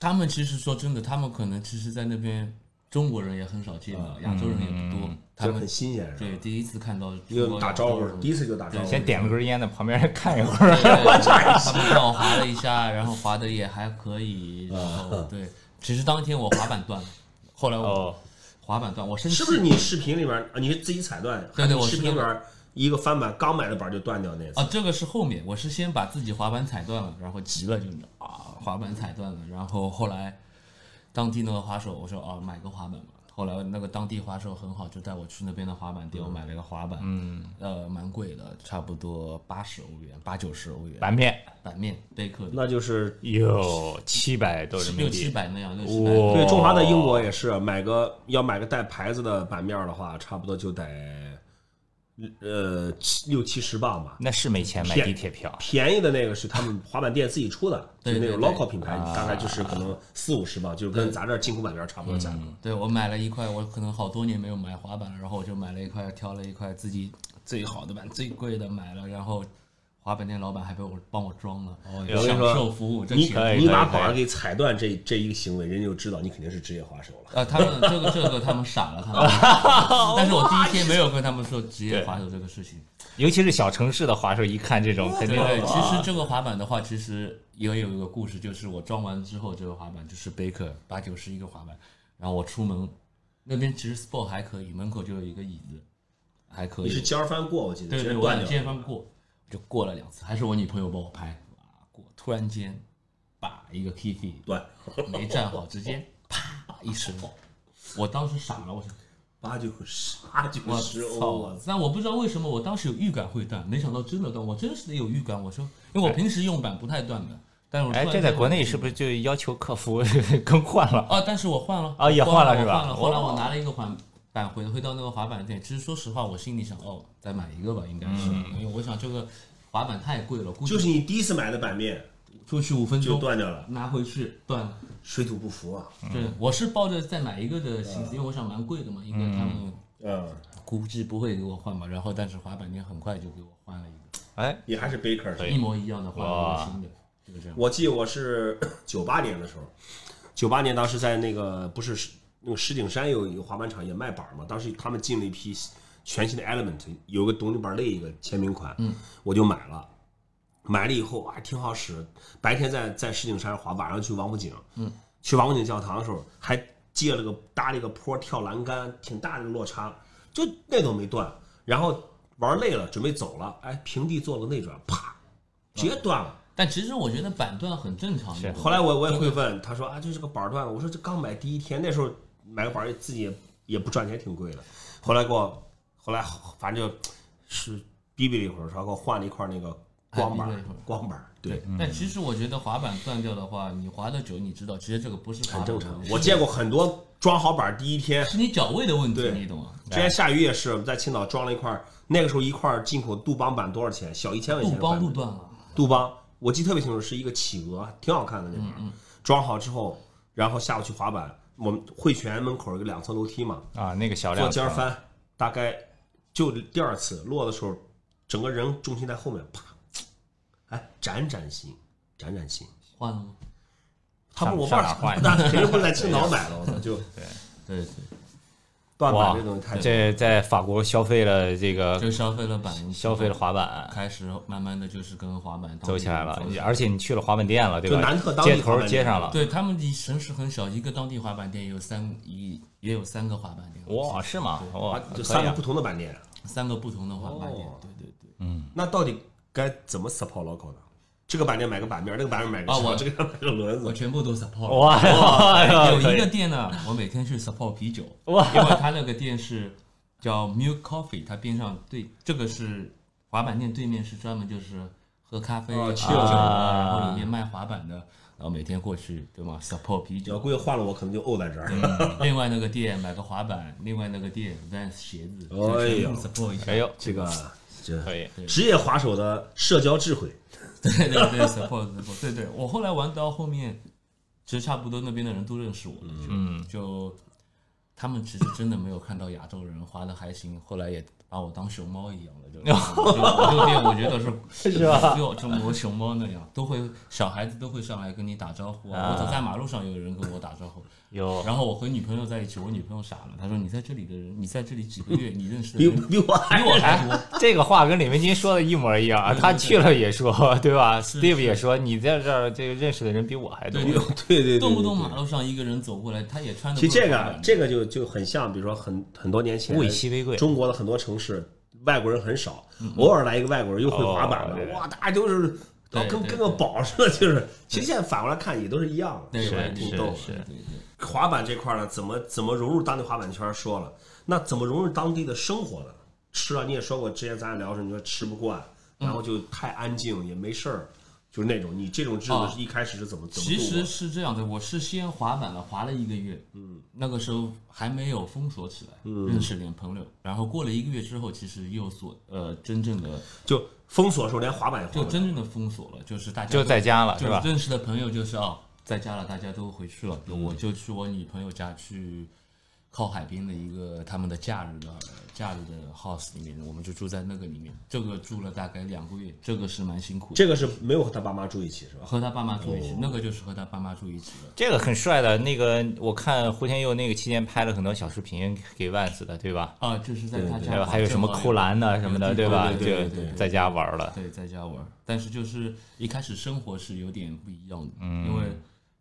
Speaker 1: 他们其实说真的，他们可能其实在那边中国人也很少见
Speaker 3: 啊
Speaker 1: 到，亚洲人也不多，他
Speaker 3: 就
Speaker 1: 们
Speaker 3: 嗯很新鲜，是吧？
Speaker 1: 对第一次看到中
Speaker 3: 就
Speaker 1: 国
Speaker 3: 打
Speaker 1: 亚
Speaker 3: 招
Speaker 1: 洲
Speaker 3: 呼，
Speaker 1: 人
Speaker 3: 第一次就打招呼。
Speaker 2: 先点了根烟在旁边看一会 儿。
Speaker 1: 对观察一下。他们让我滑了一下，然后滑的也还可以，然
Speaker 3: 啊
Speaker 1: 后对，其实当天我滑板断了，后来我
Speaker 2: 哦，
Speaker 1: 滑板段，我生气
Speaker 3: 是不是你视频里面啊？你是自己踩断？
Speaker 1: 对对
Speaker 3: 还
Speaker 1: 我
Speaker 3: 是视
Speaker 1: 是
Speaker 3: 频里面一个翻板刚买的板就断掉那次
Speaker 1: 啊？。这个是后面，我是先把自己滑板踩断了，然后急了就啊，滑板踩断了，然后后来当地那个滑手，我说啊，买个滑板吧。后来那个当地滑手很好，就带我去那边的滑板店，我买了一个滑板，嗯，呃，蛮贵的，差不多八十欧元，八九十欧元，
Speaker 2: 板面
Speaker 1: 板面贝克的
Speaker 3: 那就是
Speaker 2: 有七百多人民
Speaker 1: 六七
Speaker 2: 币，
Speaker 1: 百那样，六七百。
Speaker 2: 哇！
Speaker 3: 对中华在英国也是啊买个要买个带牌子的板面的话，差不多就得呃七六七十磅吧。
Speaker 2: 那是没钱买
Speaker 3: 便
Speaker 2: 地铁票，
Speaker 3: 便宜的那个是 他们滑板店自己出的，就
Speaker 1: 对
Speaker 3: 是那种
Speaker 1: 对对啊
Speaker 3: local 品牌，大概就是可能四五十吧，就是跟咱这儿进口板面差不多价格。
Speaker 1: 对我买了一块，我可能好多年没有买滑板了，然后我就买了一块，挑了一块自己最好的板、最贵的买了，然后滑板店老板还被我帮我装了，
Speaker 2: 我
Speaker 1: 享
Speaker 2: 跟你
Speaker 3: 说
Speaker 1: 受服务，这
Speaker 3: 你
Speaker 1: 钱
Speaker 2: 可以
Speaker 3: 你把
Speaker 2: 可以
Speaker 3: 板儿给踩断这这一个行为，人家就知道你肯定是职业滑手了。
Speaker 1: 呃，他们这个这个他们傻了，他们，但是我第一天没有跟他们说职业滑手这个事情。
Speaker 2: 尤其是小城市的滑手，一看这种肯
Speaker 1: 对
Speaker 2: 定
Speaker 1: 对，其实这个滑板的话，其实也有一个故事，就是我装完之后，这个滑板就是 Baker 八九十一个滑板，然后我出门，那边其实 Sport 还可以，门口就有一个椅子，还可以。
Speaker 3: 你是尖儿翻过，我记得
Speaker 1: 对
Speaker 3: 直
Speaker 1: 对，
Speaker 3: 接
Speaker 1: 我
Speaker 3: 断
Speaker 1: 两
Speaker 3: 掉
Speaker 1: 间
Speaker 3: 了。
Speaker 1: 翻过，就过了两次，还是我女朋友帮我拍，哇过，突然间把一个 k i t t
Speaker 3: 断
Speaker 1: 没站好，直接啪一声，我当时傻了，我想
Speaker 3: 八九十，八九
Speaker 1: 我
Speaker 3: 十欧，啊
Speaker 1: 操
Speaker 3: 我！
Speaker 1: 但我不知道为什么我当时有预感会断，没想到真的断，我真是有预感，我说，因为我平时用板不太断的，但是我
Speaker 2: 哎，
Speaker 1: 突然
Speaker 2: 这在
Speaker 1: 间
Speaker 2: 国内
Speaker 3: 嗯
Speaker 2: 是不是就要求客服 更换了？
Speaker 1: 啊，但是我换了
Speaker 2: 啊也
Speaker 1: 我
Speaker 2: 换了
Speaker 1: 我
Speaker 2: 是吧
Speaker 1: 换了，后来
Speaker 2: 哦
Speaker 1: 我拿了一个滑板回回到那个滑板店，其实说实话，我心里想，哦，再买一个吧，应该是，
Speaker 2: 嗯
Speaker 1: 因为我想这个滑板太贵了，估计
Speaker 3: 就是你第一次买的板面
Speaker 1: 出去五分
Speaker 3: 就
Speaker 1: 钟
Speaker 3: 断掉了，
Speaker 1: 拿回去断了。
Speaker 3: 水土不服啊。
Speaker 1: 对，我是抱着再买一个的心思，因为我想蛮贵的嘛，应该他们
Speaker 3: 嗯，
Speaker 1: 估计不会给我换吧。然后，但是滑板店很快就给我换了一
Speaker 2: 哎，
Speaker 3: 也还是 Baker。
Speaker 1: 个一模一样的，换了一
Speaker 2: 哇
Speaker 1: 个新的，就是这样。
Speaker 3: 我记得我是 九八年的时候，九八年当时在那个不是石那个石景山有一个滑板场也卖板儿嘛，当时他们进了一批全新的 Element，有个独立板儿类一个签名款，嗯，我就买了。买了以后啊，挺好使。白天在在石景山滑，晚上去王府井，嗯，去王府井教堂的时候还借了个搭了一个坡跳栏杆，挺大的落差，就那都没断。然后玩累了，准备走了，哎，平地做了个内转，啪，直接断了。
Speaker 1: 但其实我觉得板断很正常的。
Speaker 3: 后来我我也会问他说啊，就是个板儿断了。我说这刚买第一天，那时候买个板儿自己也也不赚钱，挺贵的。后来给我，后来反正就是逼逼了一会儿，说给我换了一块那个光板
Speaker 1: 哎
Speaker 3: 儿
Speaker 1: 逼逼了一会儿，
Speaker 3: 光板儿，对，
Speaker 1: 但其实我觉得滑板断掉的话，你滑的久，你知道，其实这个不是滑
Speaker 3: 很
Speaker 1: 板
Speaker 3: 正
Speaker 1: 的
Speaker 3: 常
Speaker 1: 问。题
Speaker 3: 我见过很多装好板儿第一天，
Speaker 1: 是你脚位的问题，
Speaker 3: 对
Speaker 1: 你懂吗？
Speaker 3: 之前下雨也是，我们在青岛装了一块儿，那个时候一块儿进口杜邦板多少钱？小一千块
Speaker 1: 路
Speaker 3: 钱的
Speaker 1: 帮
Speaker 3: 板
Speaker 1: 路断了，
Speaker 3: 杜邦，我记得特别清楚，是一个企鹅，挺好看的那板儿。装好之后，然后下午去滑板，我们汇泉门口有个两层楼梯嘛，
Speaker 2: 啊，那个小
Speaker 3: 做
Speaker 2: 亮
Speaker 3: 尖儿翻，大概就第二次落的时候，整个人重心在后面，啪，哎，展展心，展展心。
Speaker 1: 换了吗？
Speaker 3: 他
Speaker 2: 上
Speaker 3: 不，我
Speaker 2: 上
Speaker 3: 爸
Speaker 2: 哪换
Speaker 3: 那肯定不是在青岛买的，我操， 就
Speaker 1: 对对，
Speaker 3: 断
Speaker 2: 哇
Speaker 3: 板这东西太。
Speaker 2: 这在法国消费了这个
Speaker 1: 就消费了板，
Speaker 2: 消费了滑板，
Speaker 1: 开始慢慢的就是跟滑板
Speaker 2: 走起来了
Speaker 1: 走起，
Speaker 2: 而且你去了滑板店了，对
Speaker 3: 就
Speaker 2: 吧？
Speaker 3: 南特当地
Speaker 2: 街
Speaker 3: 滑
Speaker 2: 头
Speaker 3: 板
Speaker 2: 接
Speaker 3: 店
Speaker 2: 上了，
Speaker 1: 对他们离城市很小，一个当地滑板店也有三一也有三个滑板店，
Speaker 2: 哇，是吗？哇
Speaker 3: 啊，就
Speaker 2: 可
Speaker 3: 三
Speaker 2: 以
Speaker 3: 个
Speaker 2: 啊
Speaker 3: 不同的板店，
Speaker 1: 三个不同的滑板店
Speaker 3: 哦，
Speaker 1: 对对对，
Speaker 3: 那到底该怎么 support local 呢？这个板件买个板面，那个板面买个
Speaker 1: 啊
Speaker 3: 车，
Speaker 1: 我
Speaker 3: 这个买个轮
Speaker 1: 我
Speaker 3: 子，
Speaker 1: 全部都 support 了。
Speaker 2: 哇，
Speaker 3: 哎
Speaker 1: 有
Speaker 2: 可
Speaker 1: 一
Speaker 2: 以
Speaker 1: 个店呢，我每天去 support 啤酒，
Speaker 2: 哇
Speaker 1: 因为他那个店是叫 Milk Coffee，它边上对这个是滑板店对面是专门就是喝咖啡、
Speaker 3: 哦
Speaker 1: 喝
Speaker 3: 气
Speaker 1: 酒
Speaker 3: 酒
Speaker 1: 的，
Speaker 2: 啊
Speaker 1: 然后里面卖滑板的，然后每天过去对吗？support 啤
Speaker 3: 你要
Speaker 1: 酒。
Speaker 3: 估计换了我，可能就怄在这儿。
Speaker 1: 嗯另外那个店买个滑板，另外那个店 Vans 鞋子，
Speaker 3: 哎呦
Speaker 1: 全部 support 一下，
Speaker 2: 哎呦，
Speaker 3: 这个这
Speaker 2: 可以，
Speaker 3: 职业滑手的社交智慧，
Speaker 1: 对 对对，support support，对对，我后来玩到后面，其实差不多那边的人都认识我了，嗯，就他们其实真的没有看到亚洲人滑的还行，后来也把我当熊猫一样 了，就就我这个店我觉得是
Speaker 2: 是吧
Speaker 1: 就就我熊猫那样，都会小孩子都会上来跟你打招呼啊，我走在马路上有人跟我打招呼，
Speaker 2: 有
Speaker 1: 然后我和女朋友在一起，我女朋友傻了，她说你在这里的人，你在这里几个月，你认
Speaker 2: 嗯
Speaker 1: 识的
Speaker 3: 比
Speaker 1: 人
Speaker 3: 比我还
Speaker 1: 比我还多。
Speaker 2: 这个话跟李文金说的一模一样啊，他去了也说，对吧？Steve 也说，你在这儿这个认识的人比我还多。
Speaker 3: 对对对，
Speaker 1: 动不动马路上一个人走过来，他也穿的。
Speaker 3: 其实这个啊这个就就很像，比如说很很多年前，
Speaker 2: 物以稀为贵
Speaker 3: 中国的很多城市外国人很少，偶尔来一个外国人又会滑板
Speaker 2: 哦对
Speaker 3: 的，
Speaker 2: 对
Speaker 3: 哇，大家都是
Speaker 1: 对对
Speaker 3: 跟
Speaker 1: 对
Speaker 3: 跟个宝似的，就是。其实现在反过来看也都是一样的，
Speaker 1: 对
Speaker 3: 是吧
Speaker 1: 是
Speaker 3: 挺
Speaker 2: 是
Speaker 3: 逗的。
Speaker 2: 是
Speaker 1: 对对，
Speaker 3: 滑板这块呢，怎么怎么融入当地滑板圈？说了，那怎么融入当地的生活呢？吃啊，你也说过，之前咱俩聊的时候，你说吃不惯，然后就太安静，也没事儿，就是那种你这种日
Speaker 1: 哦
Speaker 3: 子一开始是怎么怎么
Speaker 1: 其
Speaker 3: 度过
Speaker 1: 实
Speaker 3: 的？
Speaker 1: 是这样的，我是先滑板了，滑了一个月，嗯，那个时候还没有封锁起来，认识点朋友，然后过了一个月之后，其实又所呃真正的
Speaker 3: 就封锁的时候连滑板也滑
Speaker 1: 就
Speaker 3: 不了
Speaker 1: 真正的封锁了，就是大家
Speaker 2: 就
Speaker 1: 都
Speaker 2: 在家了，
Speaker 1: 就是
Speaker 2: 吧？
Speaker 1: 认识的朋友就是哦，在家了，大家都回去了，我就去我女朋友家去。靠海边的一个他们的假日的假日的 house 里面，我们就住在那个里面。这个住了大概两个月，这个是蛮辛苦的。
Speaker 3: 这个是没有和他爸妈住一起是吧？
Speaker 1: 和他爸妈住一起，那个就是和他爸妈住一起的。
Speaker 2: 这个很帅的，那个我看胡天佑那个期间拍了很多小视频给 Vans 的，对吧？
Speaker 1: 啊，就是在他
Speaker 2: 对
Speaker 1: 家
Speaker 2: 吧？
Speaker 1: 玩，
Speaker 2: 还有什么
Speaker 1: 正好
Speaker 2: 扣篮的什么的，
Speaker 1: 对
Speaker 2: 吧？
Speaker 1: 对对对
Speaker 2: 就
Speaker 1: 对
Speaker 2: 在家玩了，
Speaker 1: 对，在家玩儿。但是就是一开始生活是有点不一样的，
Speaker 2: 嗯
Speaker 1: 因为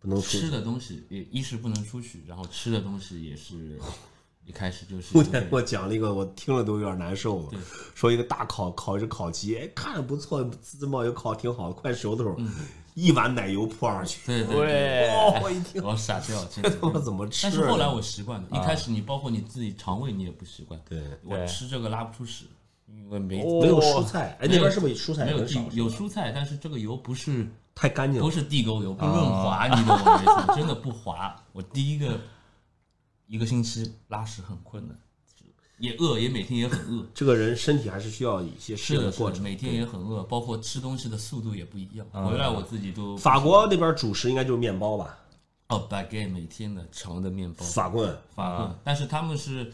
Speaker 3: 不能出去
Speaker 1: 吃的东西也一是不能出去，然后吃的东西也是一开始就是有
Speaker 3: 昨天
Speaker 1: 点
Speaker 3: 给我讲了一个，我听了都有点难受了。说一个大烤烤一只烤鸡，哎，看着不错，滋滋冒油烤挺好的，快熟的时候，一碗奶油泼上去，
Speaker 1: 对对嗯对，
Speaker 2: 对
Speaker 3: 哦，我一听，
Speaker 1: 我傻掉，真
Speaker 3: 这他妈
Speaker 1: 的。
Speaker 3: 怎么吃
Speaker 1: 但
Speaker 3: 啊？
Speaker 1: 是后来我习惯了，一开始你包括你自己肠胃你也不习惯，
Speaker 3: 对
Speaker 1: 我吃这个拉不出屎，因为没
Speaker 2: 哦
Speaker 3: 没有蔬菜，哎，那边是不是蔬菜
Speaker 1: 没
Speaker 3: 也
Speaker 1: 有
Speaker 3: 很
Speaker 1: 地
Speaker 3: 少？
Speaker 1: 有蔬菜，但是这个油不是
Speaker 3: 太干净
Speaker 1: 不
Speaker 3: 了。。
Speaker 1: 是地沟油，不润滑，你懂我意思吗？真的不滑。我第一个一个星期拉屎很困难，也饿，也每天也很饿
Speaker 3: 这个人身体还是需要一些适
Speaker 1: 是
Speaker 3: 应
Speaker 1: 的，是
Speaker 3: 过
Speaker 1: 的，
Speaker 3: 程。
Speaker 1: 每天也很饿，包括吃东西的速度也不一样。回来我自己都
Speaker 3: 法国那边主食应该就是面包吧，
Speaker 1: 哦，baguette 每天的长的面包
Speaker 3: 法棍。
Speaker 1: 法棍，但是他们是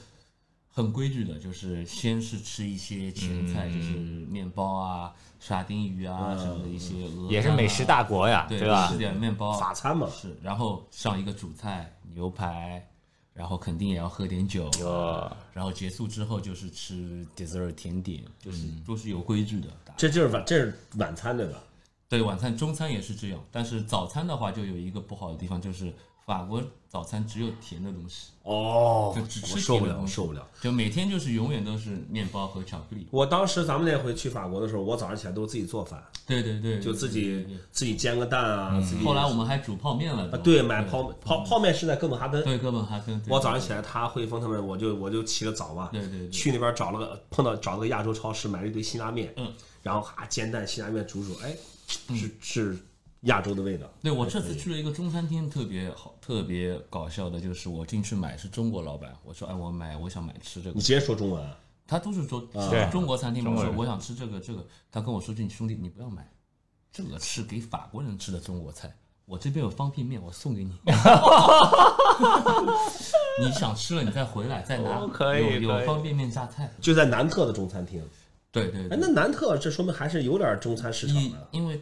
Speaker 1: 很规矩的，就是先是吃一些前菜，就是面包啊、沙丁鱼啊什么的一些鹅，啊
Speaker 2: 也是美食。大国呀，
Speaker 1: 对
Speaker 2: 吧
Speaker 1: 吃？点面包，
Speaker 3: 法餐嘛，
Speaker 1: 是，然后上一个主菜牛排，然后肯定也要喝点酒，
Speaker 2: 哦
Speaker 1: 然后结束之后就是吃 dessert 甜点，就是
Speaker 3: 嗯
Speaker 1: 都是有规矩的。
Speaker 3: 这就是晚这是晚餐对吧？
Speaker 1: 对，晚餐、中餐也是这样，但是早餐的话就有一个不好的地方，就是法国早餐只有甜的东西，
Speaker 3: 哦，
Speaker 1: 就只吃
Speaker 3: 我受不
Speaker 1: 甜的
Speaker 3: 了，我
Speaker 1: 东西
Speaker 3: 受不了。，
Speaker 1: 就每天就是永远都是面包和巧克力。
Speaker 3: 我当时咱们那回去法国的时候，我早上起来都自己做饭，
Speaker 1: 对对对，
Speaker 3: 就自
Speaker 1: 对。
Speaker 3: 己
Speaker 1: 对对
Speaker 3: 自己煎个蛋啊，自己
Speaker 1: 嗯后来我们还煮泡面了，
Speaker 3: 啊
Speaker 1: 都
Speaker 3: 对买泡泡泡面是在哥本哈根，
Speaker 1: 对哥本哈根，对
Speaker 3: 我早上起来他汇丰他们，我就我就起得早嘛，
Speaker 1: 对对对
Speaker 3: 去那边找了个碰到找了个亚洲超市买了一堆辛拉面，
Speaker 1: 嗯，
Speaker 3: 然后哈煎蛋辛拉面煮煮，哎，是是亚洲的味道，
Speaker 1: 对我这次去了一个中餐厅，特别好，特别搞笑的就是我进去买是中国老板，我说哎我买我想买吃这个
Speaker 3: 你，直接说中文啊，
Speaker 1: 他都是说
Speaker 2: 对
Speaker 1: 中国餐厅，
Speaker 2: 中
Speaker 1: 我
Speaker 2: 国
Speaker 1: 说
Speaker 2: 人
Speaker 1: 我想吃这个这个，他跟我说句兄弟你不要买，这个是给法国人吃的中国菜，我这边有方便面，我送给你， 你想吃了你再回来再拿
Speaker 2: 哦，可以
Speaker 1: 有
Speaker 2: 可以
Speaker 1: 有方便面榨菜，
Speaker 3: 就在南特的中餐厅，
Speaker 1: 对对
Speaker 3: 哎，
Speaker 1: 对，
Speaker 3: 那南特这说明还是有点中餐市场
Speaker 1: 因
Speaker 3: 的，
Speaker 1: 因为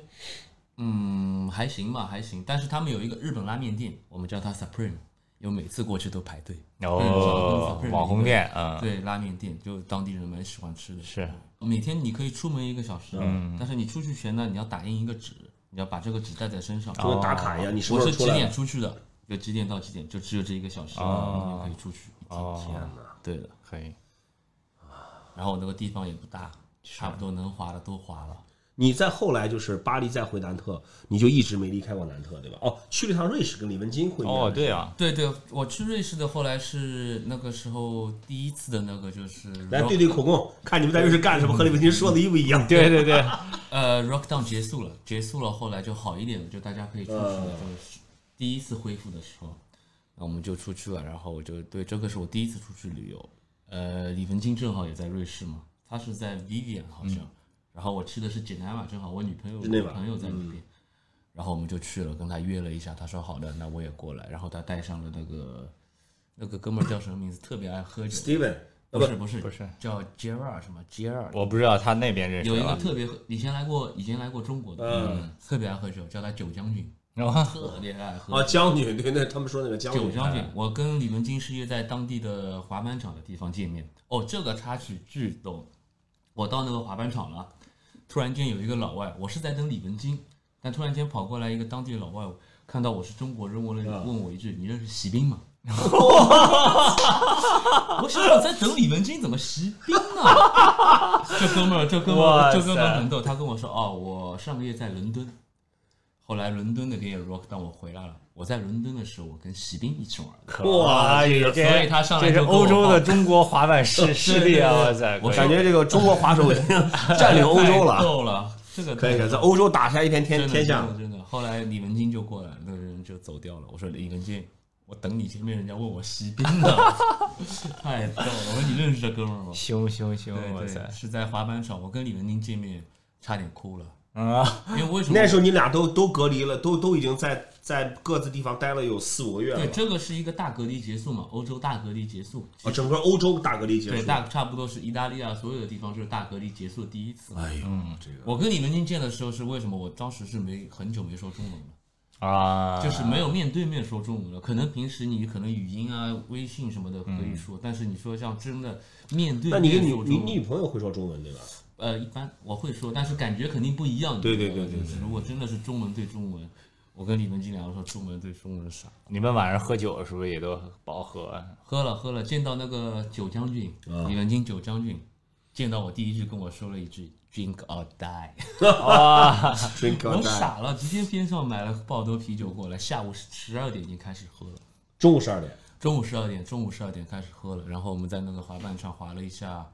Speaker 1: 嗯还行吧还行，但是他们有一个日本拉面店，我们叫它 Supreme，有每次过去都排队。
Speaker 2: 哦，网红店啊，
Speaker 1: 对，拉面店就当地人蛮喜欢吃的。
Speaker 2: 是
Speaker 1: 每天你可以出门一个小时，啊
Speaker 3: 嗯
Speaker 1: 但是你出去前呢，你要打印一个纸，你要把这个纸带在身上。
Speaker 3: 啊
Speaker 1: 哦
Speaker 3: 就跟打卡一样，你什么
Speaker 1: 我
Speaker 3: 时
Speaker 1: 是
Speaker 3: 候出
Speaker 1: 几
Speaker 3: 来
Speaker 1: 点
Speaker 3: 了？
Speaker 1: 出去的？就几点到几点？就只有这一个小
Speaker 3: 啊
Speaker 1: 时，
Speaker 2: 哦
Speaker 1: 你就可以出去。
Speaker 2: 哦，
Speaker 1: 对的。
Speaker 2: 可以，
Speaker 1: 然后那个地方也不大，差不多能滑的都滑了。
Speaker 3: 你在后来就是巴黎再回南特，你就一直没离开过南特，对吧？哦，去了一趟瑞士，跟李文金会面。
Speaker 2: 哦，对啊，
Speaker 1: 对对，我去瑞士的后来是那个时候第一次的那个就是
Speaker 3: 来
Speaker 1: rock-
Speaker 3: 对对口供，看你们在瑞士干什么，和李文金说的一不一样。
Speaker 2: 对对 对，
Speaker 1: 呃 rock down 结束了，结束了后来就好一点了，就大家可以出去了，就是第一次恢复的时候，那我们就出去了，然后我就对这个是我第一次出去旅游，呃，李文金正好也在瑞士嘛，他是在 Vivian 好像，然后我去的是简南瓦，正好我女朋友
Speaker 3: 日内瓦
Speaker 1: 朋友在嗯那边。嗯然后我们就去了，跟他约了一下，他说好的，那我也过来。然后他带上了那个那个哥们儿叫什么名字，特别爱喝酒，
Speaker 3: Steven，
Speaker 1: 不是不是
Speaker 2: 不是
Speaker 1: 叫杰瑞尔什么杰尔，
Speaker 2: 我不知道他那边认识
Speaker 1: 有一个
Speaker 2: 啊。
Speaker 1: 特别以前来过以前来过中国的，嗯，特别爱喝酒，叫他酒将军，
Speaker 2: 然后
Speaker 1: 特别爱喝
Speaker 3: 啊，将军，对，那他们说那个将
Speaker 1: 酒
Speaker 3: 军，
Speaker 1: 将军。我跟李文金是约在当地的滑板场的地方见面。哦，这个插曲巨逗，我到那个滑板场了，突然间有一个老外，我是在等李文金，但突然间跑过来一个当地的老外，看到我是中国人，问了问我一句：“你认识席斌吗？” 我想我在等李文金，怎么席斌呢？ 这哥们儿，这哥们
Speaker 2: 哇
Speaker 1: 儿，
Speaker 2: 塞
Speaker 1: 这哥们儿很逗。他跟我说：“哦，我上个月在伦敦，后来伦敦的给也 rock，但我回来了。我在伦敦的时候，我跟席斌一起玩的。
Speaker 3: 哇，
Speaker 2: 这个
Speaker 1: 所以他上来
Speaker 2: 这是
Speaker 1: 就跟我
Speaker 2: 欧洲的
Speaker 1: 报
Speaker 2: 中国滑 板势势力啊！哇塞，
Speaker 1: 我
Speaker 2: 可以
Speaker 3: 感觉这个中国滑手已经占领欧洲
Speaker 1: 太
Speaker 3: 了。
Speaker 1: 够了，这个
Speaker 3: 可以，可
Speaker 1: 太
Speaker 3: 以在欧洲打下一片天
Speaker 1: 真的
Speaker 3: 天下
Speaker 1: 真。的真的。后来李文金就过来了，那个人就走掉了。我说李文金，我等你见面，人家问我席斌呢，太逗了。我说你认识这哥们儿吗？
Speaker 2: 凶凶凶！哇
Speaker 1: 对
Speaker 2: 塞
Speaker 1: 对，，是在滑板场，我跟李文金见面差点哭了，
Speaker 2: 嗯啊，
Speaker 1: 因为为什么？
Speaker 3: 那时候你俩都都隔离了，都都已经在在各自地方待了有四五个月了
Speaker 1: 对，。这个是一个大隔离结束嘛，欧洲大隔离结束，
Speaker 3: 哦，整个欧洲大隔离结
Speaker 1: 对，
Speaker 3: 束。
Speaker 1: 大差不多是意大利啊，所有的地方是大隔离结束的第一次。
Speaker 3: 哎呦，这个
Speaker 1: 我跟李文金见的时候是为什么？我当时是没很久没说中文了。
Speaker 2: 啊，
Speaker 1: 就是没有面对面说中文了。可能平时你可能语音啊、微信什么的可以说，但是你说像真的面对
Speaker 3: 嗯那
Speaker 1: 面
Speaker 3: 你跟你
Speaker 1: 说
Speaker 3: 你
Speaker 1: 中
Speaker 3: 你
Speaker 1: 文，
Speaker 3: 女朋友会说中文对 吧？
Speaker 1: 呃，一般我会说，但是感觉肯定不一样。
Speaker 3: 对
Speaker 1: 你知道
Speaker 3: 对
Speaker 1: 吧
Speaker 3: 对对
Speaker 1: 就是如果真的是中文对中文，我跟李文金聊说中文对中文傻。
Speaker 2: 你们晚上喝酒是不是也都饱喝？
Speaker 1: 喝了喝了，见到那个九将军，
Speaker 3: 啊
Speaker 1: 李文金九将军，见到我第一句跟我说了一句 “drink or die”，
Speaker 2: 啊，
Speaker 1: 我傻了，直接边上买了爆多啤酒过来，下午十二点已经开始喝了。
Speaker 3: 中午十二点，
Speaker 1: 中午十二点，中午十二点开始喝了，然后我们在那个滑板上滑了一下，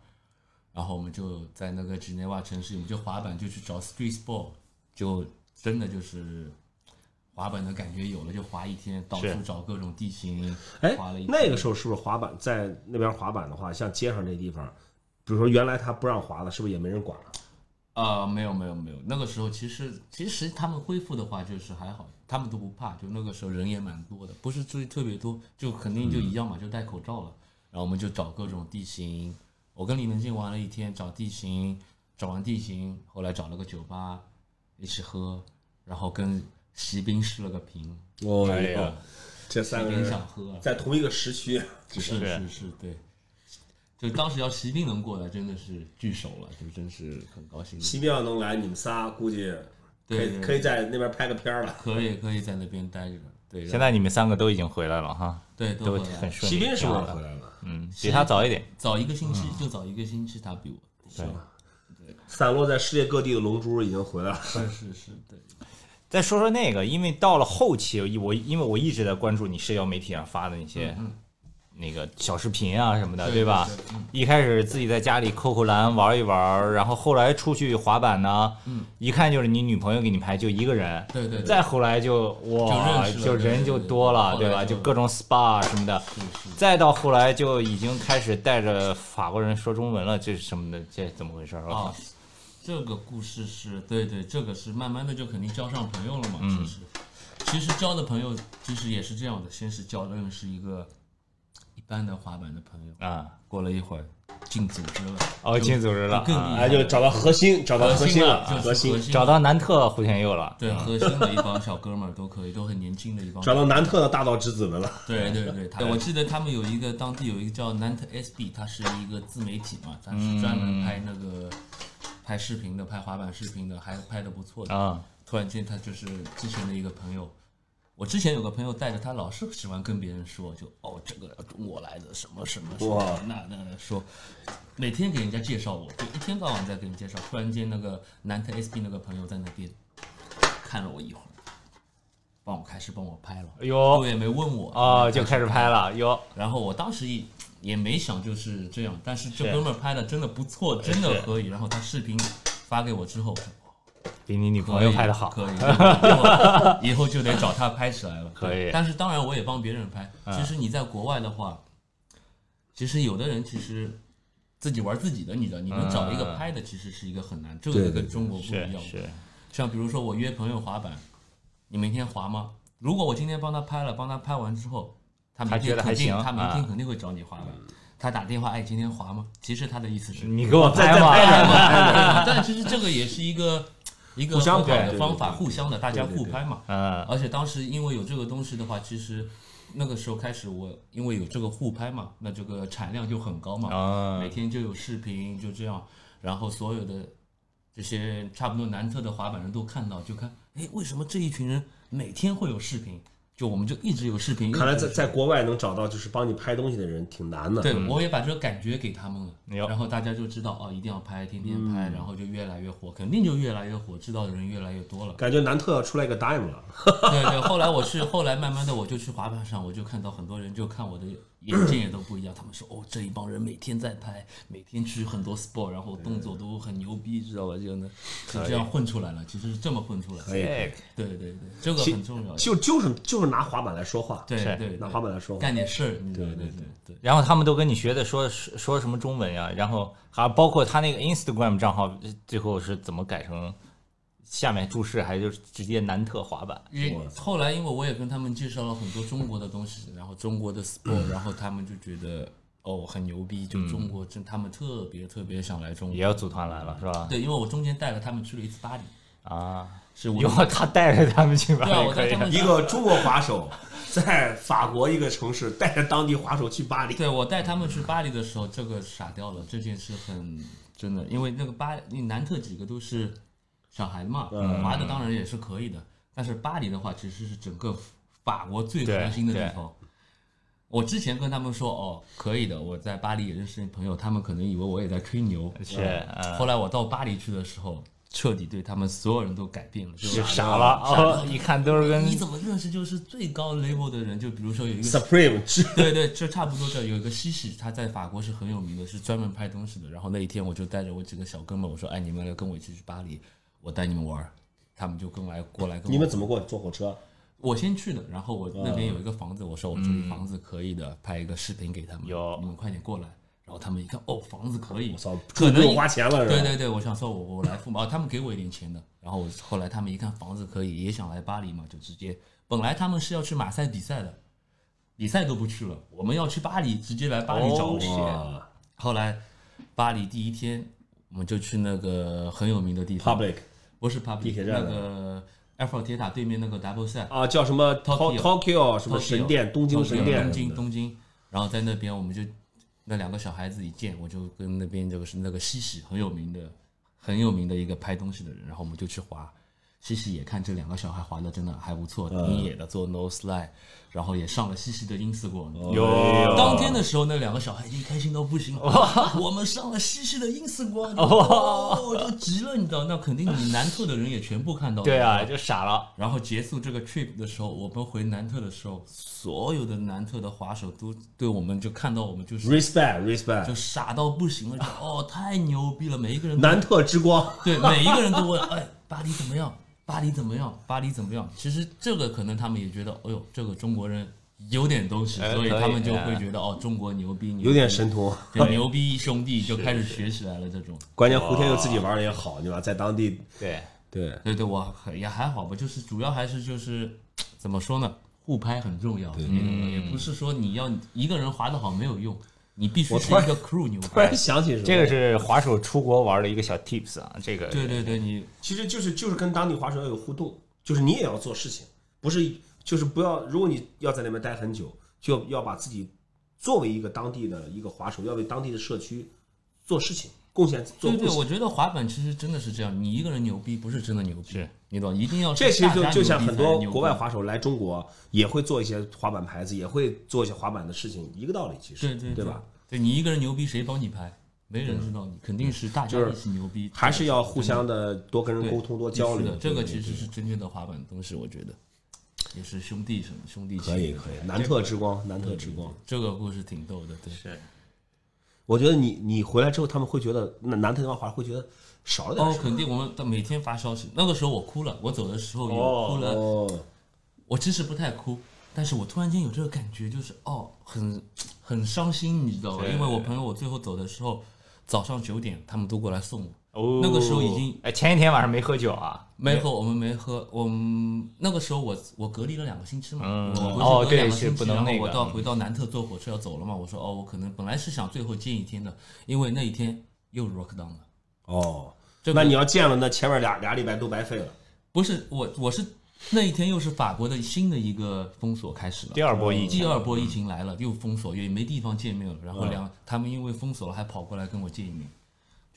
Speaker 1: 然后我们就在那个日内瓦城市，我们就滑板就去找 street sport，就真的就是滑板的感觉有了，就滑一天，到处找各种地形，
Speaker 3: 哎
Speaker 1: 滑了一，天
Speaker 3: 那个时候是不是滑板在那边滑板的话，像街上这地方，比如说原来他不让滑了，是不是也没人管了？
Speaker 1: 啊、没有没有没有，那个时候其实其实他们恢复的话就是还好，他们都不怕，就那个时候人也蛮多的，不是注意特别多，就肯定就一样嘛，就戴口罩了。然后我们就找各种地形，我跟李文静玩了一天，找地形，找完地形，后来找了个酒吧一起喝，然后跟席斌视了个频，
Speaker 3: 哦
Speaker 2: 哎呀，
Speaker 3: 这
Speaker 1: 席
Speaker 3: 三个
Speaker 1: 斌
Speaker 3: 人
Speaker 1: 想喝，啊
Speaker 3: 在同一个时区，
Speaker 1: 是是是，对。就当时要席斌能过来，真的是聚首了，就真是很高兴。
Speaker 3: 奇妙能来，你们仨估计可
Speaker 1: 对
Speaker 3: 以
Speaker 1: 对
Speaker 3: 可以在那边拍个片儿了。
Speaker 1: 可以可以在那边待着，对。然后
Speaker 2: 现在你们三个都已经回来了哈，
Speaker 1: 对，
Speaker 2: 都
Speaker 1: 回来
Speaker 2: 很
Speaker 1: 了。
Speaker 2: 顺利。
Speaker 3: 骑兵是不是
Speaker 2: 挺好
Speaker 3: 回
Speaker 2: 的？
Speaker 3: 来了？
Speaker 2: 嗯，比他早一点。
Speaker 1: 早一个星期，就早一个星期，他比我。
Speaker 2: 对，
Speaker 3: 散落在世界各地的龙珠已经回来了。
Speaker 1: 是是是，对。
Speaker 2: 再说说那个，因为到了后期，我因为我一直在关注你社交媒体上发的那些那个小视频啊什么的，
Speaker 1: 嗯对
Speaker 2: 吧？
Speaker 1: 对对
Speaker 2: 一开始自己在家里扣扣篮玩一玩，然后后来出去滑板呢，一看就是你女朋友给你拍，就一个人。
Speaker 1: 嗯对对对
Speaker 2: 再后来就哇，
Speaker 1: 就认识了
Speaker 2: 就人就多了，
Speaker 1: 对对对
Speaker 2: 吧？
Speaker 1: 后来就
Speaker 2: 就各种 SPA 啊什么的。再到后来就已经开始带着法国人说中文了，这是什么的？这怎么回事？我靠
Speaker 1: 啊，这个故事是对对，这个是慢慢的就肯定交上朋友了嘛。其实，其实交的朋友其实也是这样的，先是交认识一个一般的滑板的朋友，
Speaker 2: 啊！
Speaker 1: 过了一会儿进组织了，
Speaker 2: 哦，进组织了
Speaker 1: 就更
Speaker 2: 啊
Speaker 1: 厉
Speaker 3: 啊，
Speaker 1: 害
Speaker 3: 就找到核心，找到核
Speaker 1: 心
Speaker 3: 了，
Speaker 1: 就是
Speaker 3: 啊核心，
Speaker 1: 心
Speaker 2: 找到南特胡天佑了。
Speaker 1: 对核心的一帮小哥们儿都可以，都很年轻的一帮
Speaker 3: 找到南特的大道之子们了。
Speaker 1: 对对对，他我记得他们有一个当地有一个叫 Nant SB，它是一个自媒体嘛，它是专门拍那个拍视频的，拍滑板视频的，还拍的不错的。
Speaker 2: 啊，
Speaker 1: 突然间，他就是之前的一个朋友我之前有个朋友带着他，老是喜欢跟别人说，就哦，这个中国来的什么什么什么
Speaker 3: 哇，
Speaker 1: 那那那说，每天给人家介绍我，就一天到晚在给人介绍。突然间，那个南特 SB 那个朋友在那边看了我一会儿，帮我开始帮我拍了，
Speaker 2: 哎呦
Speaker 1: 对，没问我
Speaker 2: 哦，就开始拍了，哟，
Speaker 1: 然后我当时也也没想就是这样，但是这哥们儿拍的真的不错，真的可以。然后他视频发给我之后，
Speaker 2: 比你女
Speaker 1: 可
Speaker 2: 朋友
Speaker 1: 以
Speaker 2: 拍的好，
Speaker 1: 可以，以后 以后就得找他拍起来了。
Speaker 2: 可以嗯
Speaker 1: 但是当然我也帮别人拍。其实你在国外的话，其实有的人其实自己玩自己的，你知道，你能找一个拍的其实是一个很难，这
Speaker 3: 对
Speaker 1: 个
Speaker 3: 对
Speaker 1: 跟中国不一
Speaker 2: 嗯是
Speaker 1: 样的。
Speaker 2: 是，
Speaker 1: 像比如说我约朋友滑板，你明天滑吗？如果我今天帮他拍了，帮他拍完之后，他明
Speaker 2: 他觉
Speaker 1: 天
Speaker 2: 得还
Speaker 1: 肯定
Speaker 2: 行
Speaker 1: 他明
Speaker 2: 啊
Speaker 1: 天肯定会找你滑板。他打电话，哎，今天滑吗？其实他的意思是，
Speaker 2: 你给我
Speaker 3: 再
Speaker 2: 拍
Speaker 3: 再
Speaker 2: 嘛，
Speaker 3: 拍两个
Speaker 1: 但其实这个也是一个一个
Speaker 3: 互相
Speaker 1: 很好
Speaker 3: 对
Speaker 1: 的
Speaker 3: 对
Speaker 1: 方
Speaker 3: 对
Speaker 1: 法，
Speaker 3: 对
Speaker 1: 互相的，大家
Speaker 3: 对对
Speaker 1: 互
Speaker 3: 对
Speaker 1: 拍嘛。
Speaker 2: 嗯，
Speaker 1: 而且当时因为有这个东西的话，其实那个时候开始我因为有这个互拍嘛，那这个产量就很高嘛。
Speaker 2: 啊
Speaker 1: 每天就有视频，就这样，然后所有的这些差不多南特的滑板人都看到，就看，哎，为什么这一群人每天会有视频？就我们就一直有视频。
Speaker 3: 看来
Speaker 1: 一直
Speaker 3: 在在国外能找到就是帮你拍东西的人挺难的。
Speaker 1: 对，我也把这个感觉给他们
Speaker 2: 哎
Speaker 1: 了，
Speaker 2: 呦
Speaker 1: 然后大家就知道哦，一定要拍，天天
Speaker 3: 嗯。
Speaker 1: 拍，然后就越来越火，肯定就越来越火，知道的人越来越多了
Speaker 3: 感觉南特要出来一个 dime 了，
Speaker 1: 对对，后来我是后来慢慢的我就去滑板上，我就看到很多人就看我的 眼睛也都不一样，他们说哦，这一帮人每天在拍，每天去很多 sport，然后动作都很牛逼，知道吧？就那就这样混出来了，其实是这么混出来的。
Speaker 3: 以
Speaker 2: 哎
Speaker 1: 对对对，这个
Speaker 3: 其
Speaker 1: 很重要。
Speaker 3: 就就是就是拿滑板来说话，
Speaker 1: 对
Speaker 2: 是
Speaker 1: 对对，
Speaker 3: 拿滑板来说话。
Speaker 1: 干点事儿，你知道吗
Speaker 3: 对对
Speaker 1: 对对。
Speaker 2: 然后他们都跟你学的说说说什么中文呀、然后还包括他那个 Instagram 账号呃最后是怎么改成下面注释，还就是直接南特滑板，
Speaker 1: 也后来，因为我也跟他们介绍了很多中国的东西，然后中国的 sport，然后他们就觉得哦很牛逼，
Speaker 3: 嗯
Speaker 1: 就中国真他们特别特别想来中
Speaker 2: 也
Speaker 1: 国。
Speaker 2: 要组团来了是吧？
Speaker 1: 对，因为我中间带了他们去了一次巴黎，
Speaker 2: 啊，
Speaker 1: 是我
Speaker 2: 以后他带着他们去吧
Speaker 1: 对啊，
Speaker 2: 也
Speaker 1: 我
Speaker 2: 可
Speaker 1: 带
Speaker 2: 以
Speaker 1: 他。 们
Speaker 3: 一个中国滑手在法国一个城市带着当地滑手去巴黎，
Speaker 1: 对我带他们去巴黎的时候，这个傻掉了，这件事很真的，因为那个巴那南特几个都是小孩嘛，滑的当然也是可以的，但是巴黎的话，其实是整个法国最核心的
Speaker 2: 对
Speaker 1: 地方。我之前跟他们说哦，可以的，我在巴黎也认识朋友，他们可能以为我也在吹牛。
Speaker 2: 是，嗯，
Speaker 1: 后来我到巴黎去的时候，彻底对他们所有人都改变了，就是
Speaker 2: 就傻了，
Speaker 3: 啊
Speaker 2: 哦，一看都是跟
Speaker 1: 你怎么认识就是最高 level 的人？就比如说有一个
Speaker 3: Supreme 之
Speaker 1: 对对，就差不多这儿有一个西西，他在法国是很有名的，是专门拍东西的。然后那一天我就带着我几个小哥们儿，我说：“哎，你们来跟我一起去巴黎，我带你们玩儿。”他们就跟来过来跟我。
Speaker 3: 你们怎么过？坐火车？
Speaker 1: 我先去的，然后我那边有一个房子，我说我这
Speaker 3: 嗯
Speaker 1: 里房子可以的，拍一个视频给他们，
Speaker 2: 有
Speaker 1: 你们快点过来。然后他们一看，哦，房子可以，
Speaker 3: 我操，
Speaker 1: 可
Speaker 3: 不
Speaker 1: 能
Speaker 3: 用花钱了是吧？
Speaker 1: 对对对，我想说我我来付嘛，哦，他们给我一点钱的。然后我后来他们一看房子可以，也想来巴黎嘛，就直接本来他们是要去马赛比赛的，比赛都不去了，我们要去巴黎，直接来巴黎找我。
Speaker 3: 哦哇
Speaker 1: 后来巴黎第一天我们就去那个很有名的地方，
Speaker 3: ，Public
Speaker 1: 不是 public
Speaker 3: 地铁
Speaker 1: 那
Speaker 3: 站的
Speaker 1: 个埃菲尔铁塔对面那个 double 赛，
Speaker 3: 啊，叫什么
Speaker 1: Tokyo
Speaker 3: Tokyo 什么神殿，东京神殿，
Speaker 1: 东京东京，然后在那边我们就那两个小孩子一见，我就跟那边就是那个西西很有名的很有名的一个拍东西的人，然后我们就去滑。西西也看这两个小孩滑的真的还不错，挺野的，做 no slide，然后也上了西西的
Speaker 2: 哦
Speaker 1: ins
Speaker 2: 哟
Speaker 1: 当天的时候，那两个小孩已经开心到不行了。我们上了西西的 ins 光，啊哦，就急了，你知道？那肯定你南特的人也全部看到了。
Speaker 2: 对啊，就傻了，
Speaker 1: 然后结束这个 trip 的时候，我们回南特的时候，所有的南特的滑手都对我们就看到我们就是
Speaker 3: Respect
Speaker 1: 就
Speaker 3: Respect，
Speaker 1: 傻到不行了，就
Speaker 3: 啊
Speaker 1: 哦太牛逼了，每一个 人都
Speaker 3: 南特之光，
Speaker 1: 对每一个人都问哎巴黎怎么样，巴黎怎么样，巴黎怎么样？其实这个可能他们也觉得，哎呦这个中国人有点东西，
Speaker 2: 哎
Speaker 1: 所以
Speaker 2: 可以
Speaker 1: 他们就
Speaker 2: 哎
Speaker 1: 会觉得哦中国牛逼，牛逼
Speaker 3: 有点神童。
Speaker 1: 对牛逼兄弟就开始学起来了这种。
Speaker 3: 关键胡天佑自己玩的也好，对吧？在当地，
Speaker 2: 对，
Speaker 3: 对
Speaker 1: 对对，我还也还好吧，就是主要还是就是怎么说呢，互拍很重要，你懂吗？也
Speaker 3: 嗯
Speaker 1: 不是说你要一个人滑得好没有用，你必须
Speaker 3: 我
Speaker 1: 是
Speaker 3: 突然
Speaker 1: 一个 crew 牛
Speaker 3: 突然
Speaker 1: 逼。
Speaker 3: 想起什么，
Speaker 2: 这个是滑手出国玩的一个小 tips 啊，这个
Speaker 1: 对对对，你
Speaker 3: 其实就是就是跟当地滑手要有互动，就是你也要做事情，不是就是不要，如果你要在那边待很久，就要要把自己作为一个当地的一个滑手，要为当地的社区做事情，贡献做
Speaker 1: 对
Speaker 3: 贡
Speaker 1: 对，
Speaker 3: 献。
Speaker 1: 我觉得滑板其实真的是这样，你一个人牛逼不是真的牛逼，你懂？一定要是
Speaker 3: 这其实
Speaker 1: 大
Speaker 3: 就
Speaker 1: 家
Speaker 3: 就像
Speaker 1: 牛逼
Speaker 3: 很
Speaker 1: 才
Speaker 3: 多
Speaker 1: 是牛逼
Speaker 3: 国外滑手来中国也会做一些滑板牌子，也会做一些滑板的事情，一个道理其实，
Speaker 1: 对对
Speaker 3: 吧？？
Speaker 1: 对你一个人牛逼，谁帮你拍？没人知道你，肯定是大家
Speaker 3: 就是
Speaker 1: 一起牛逼，
Speaker 3: 还是要互相的多跟人
Speaker 1: 对
Speaker 3: 沟通、多交
Speaker 1: 是
Speaker 3: 流
Speaker 1: 的。这个
Speaker 3: 对
Speaker 1: 其实是真正的滑板东西，我觉得也是兄弟什么兄弟情
Speaker 3: 可以可以，南特之光，南特之光。
Speaker 1: 这个故事挺逗的，对，
Speaker 4: 是
Speaker 3: 我觉得你你回来之后，他们会觉得南南特那帮滑手会觉得少了点
Speaker 1: 哦
Speaker 3: 什，么。
Speaker 1: 肯定我们每天发消息，那个时候我哭了，我走的时候有
Speaker 4: 哦
Speaker 1: 哭了，
Speaker 3: 哦，
Speaker 1: 我其实不太哭，但是我突然间有这个感觉，就是哦，很很伤心，你知道吧？
Speaker 4: 对
Speaker 1: 因为我朋友我最后走的时候，早上九点他们都过来送我，
Speaker 4: 哦
Speaker 1: 那个时候已经
Speaker 2: 哎，前一天晚上没喝酒啊？
Speaker 1: 没喝，我们没喝。我们那个时候我我隔离了两个星期嘛，
Speaker 2: 嗯
Speaker 1: 我回去
Speaker 2: 哦
Speaker 1: 隔
Speaker 2: 对
Speaker 1: 两个星
Speaker 2: 是
Speaker 1: 期，
Speaker 2: 不能
Speaker 1: 然后
Speaker 2: 那个嗯
Speaker 1: 我到回到南特坐火车要走了嘛。我说哦，我可能本来是想最后见一天的，因为那一天又 rock down 了。
Speaker 3: 哦，
Speaker 1: 这个
Speaker 3: 那你要见了，那前面俩俩礼拜都白费了。
Speaker 1: 不是我，我是那一天又是法国的新的一个封锁开始了。
Speaker 2: 第二波疫
Speaker 1: 第
Speaker 2: 情，
Speaker 1: 二波疫情来嗯了，又封锁，也没地方见面了。然后两、他们因为封锁了，还跑过来跟我见一面，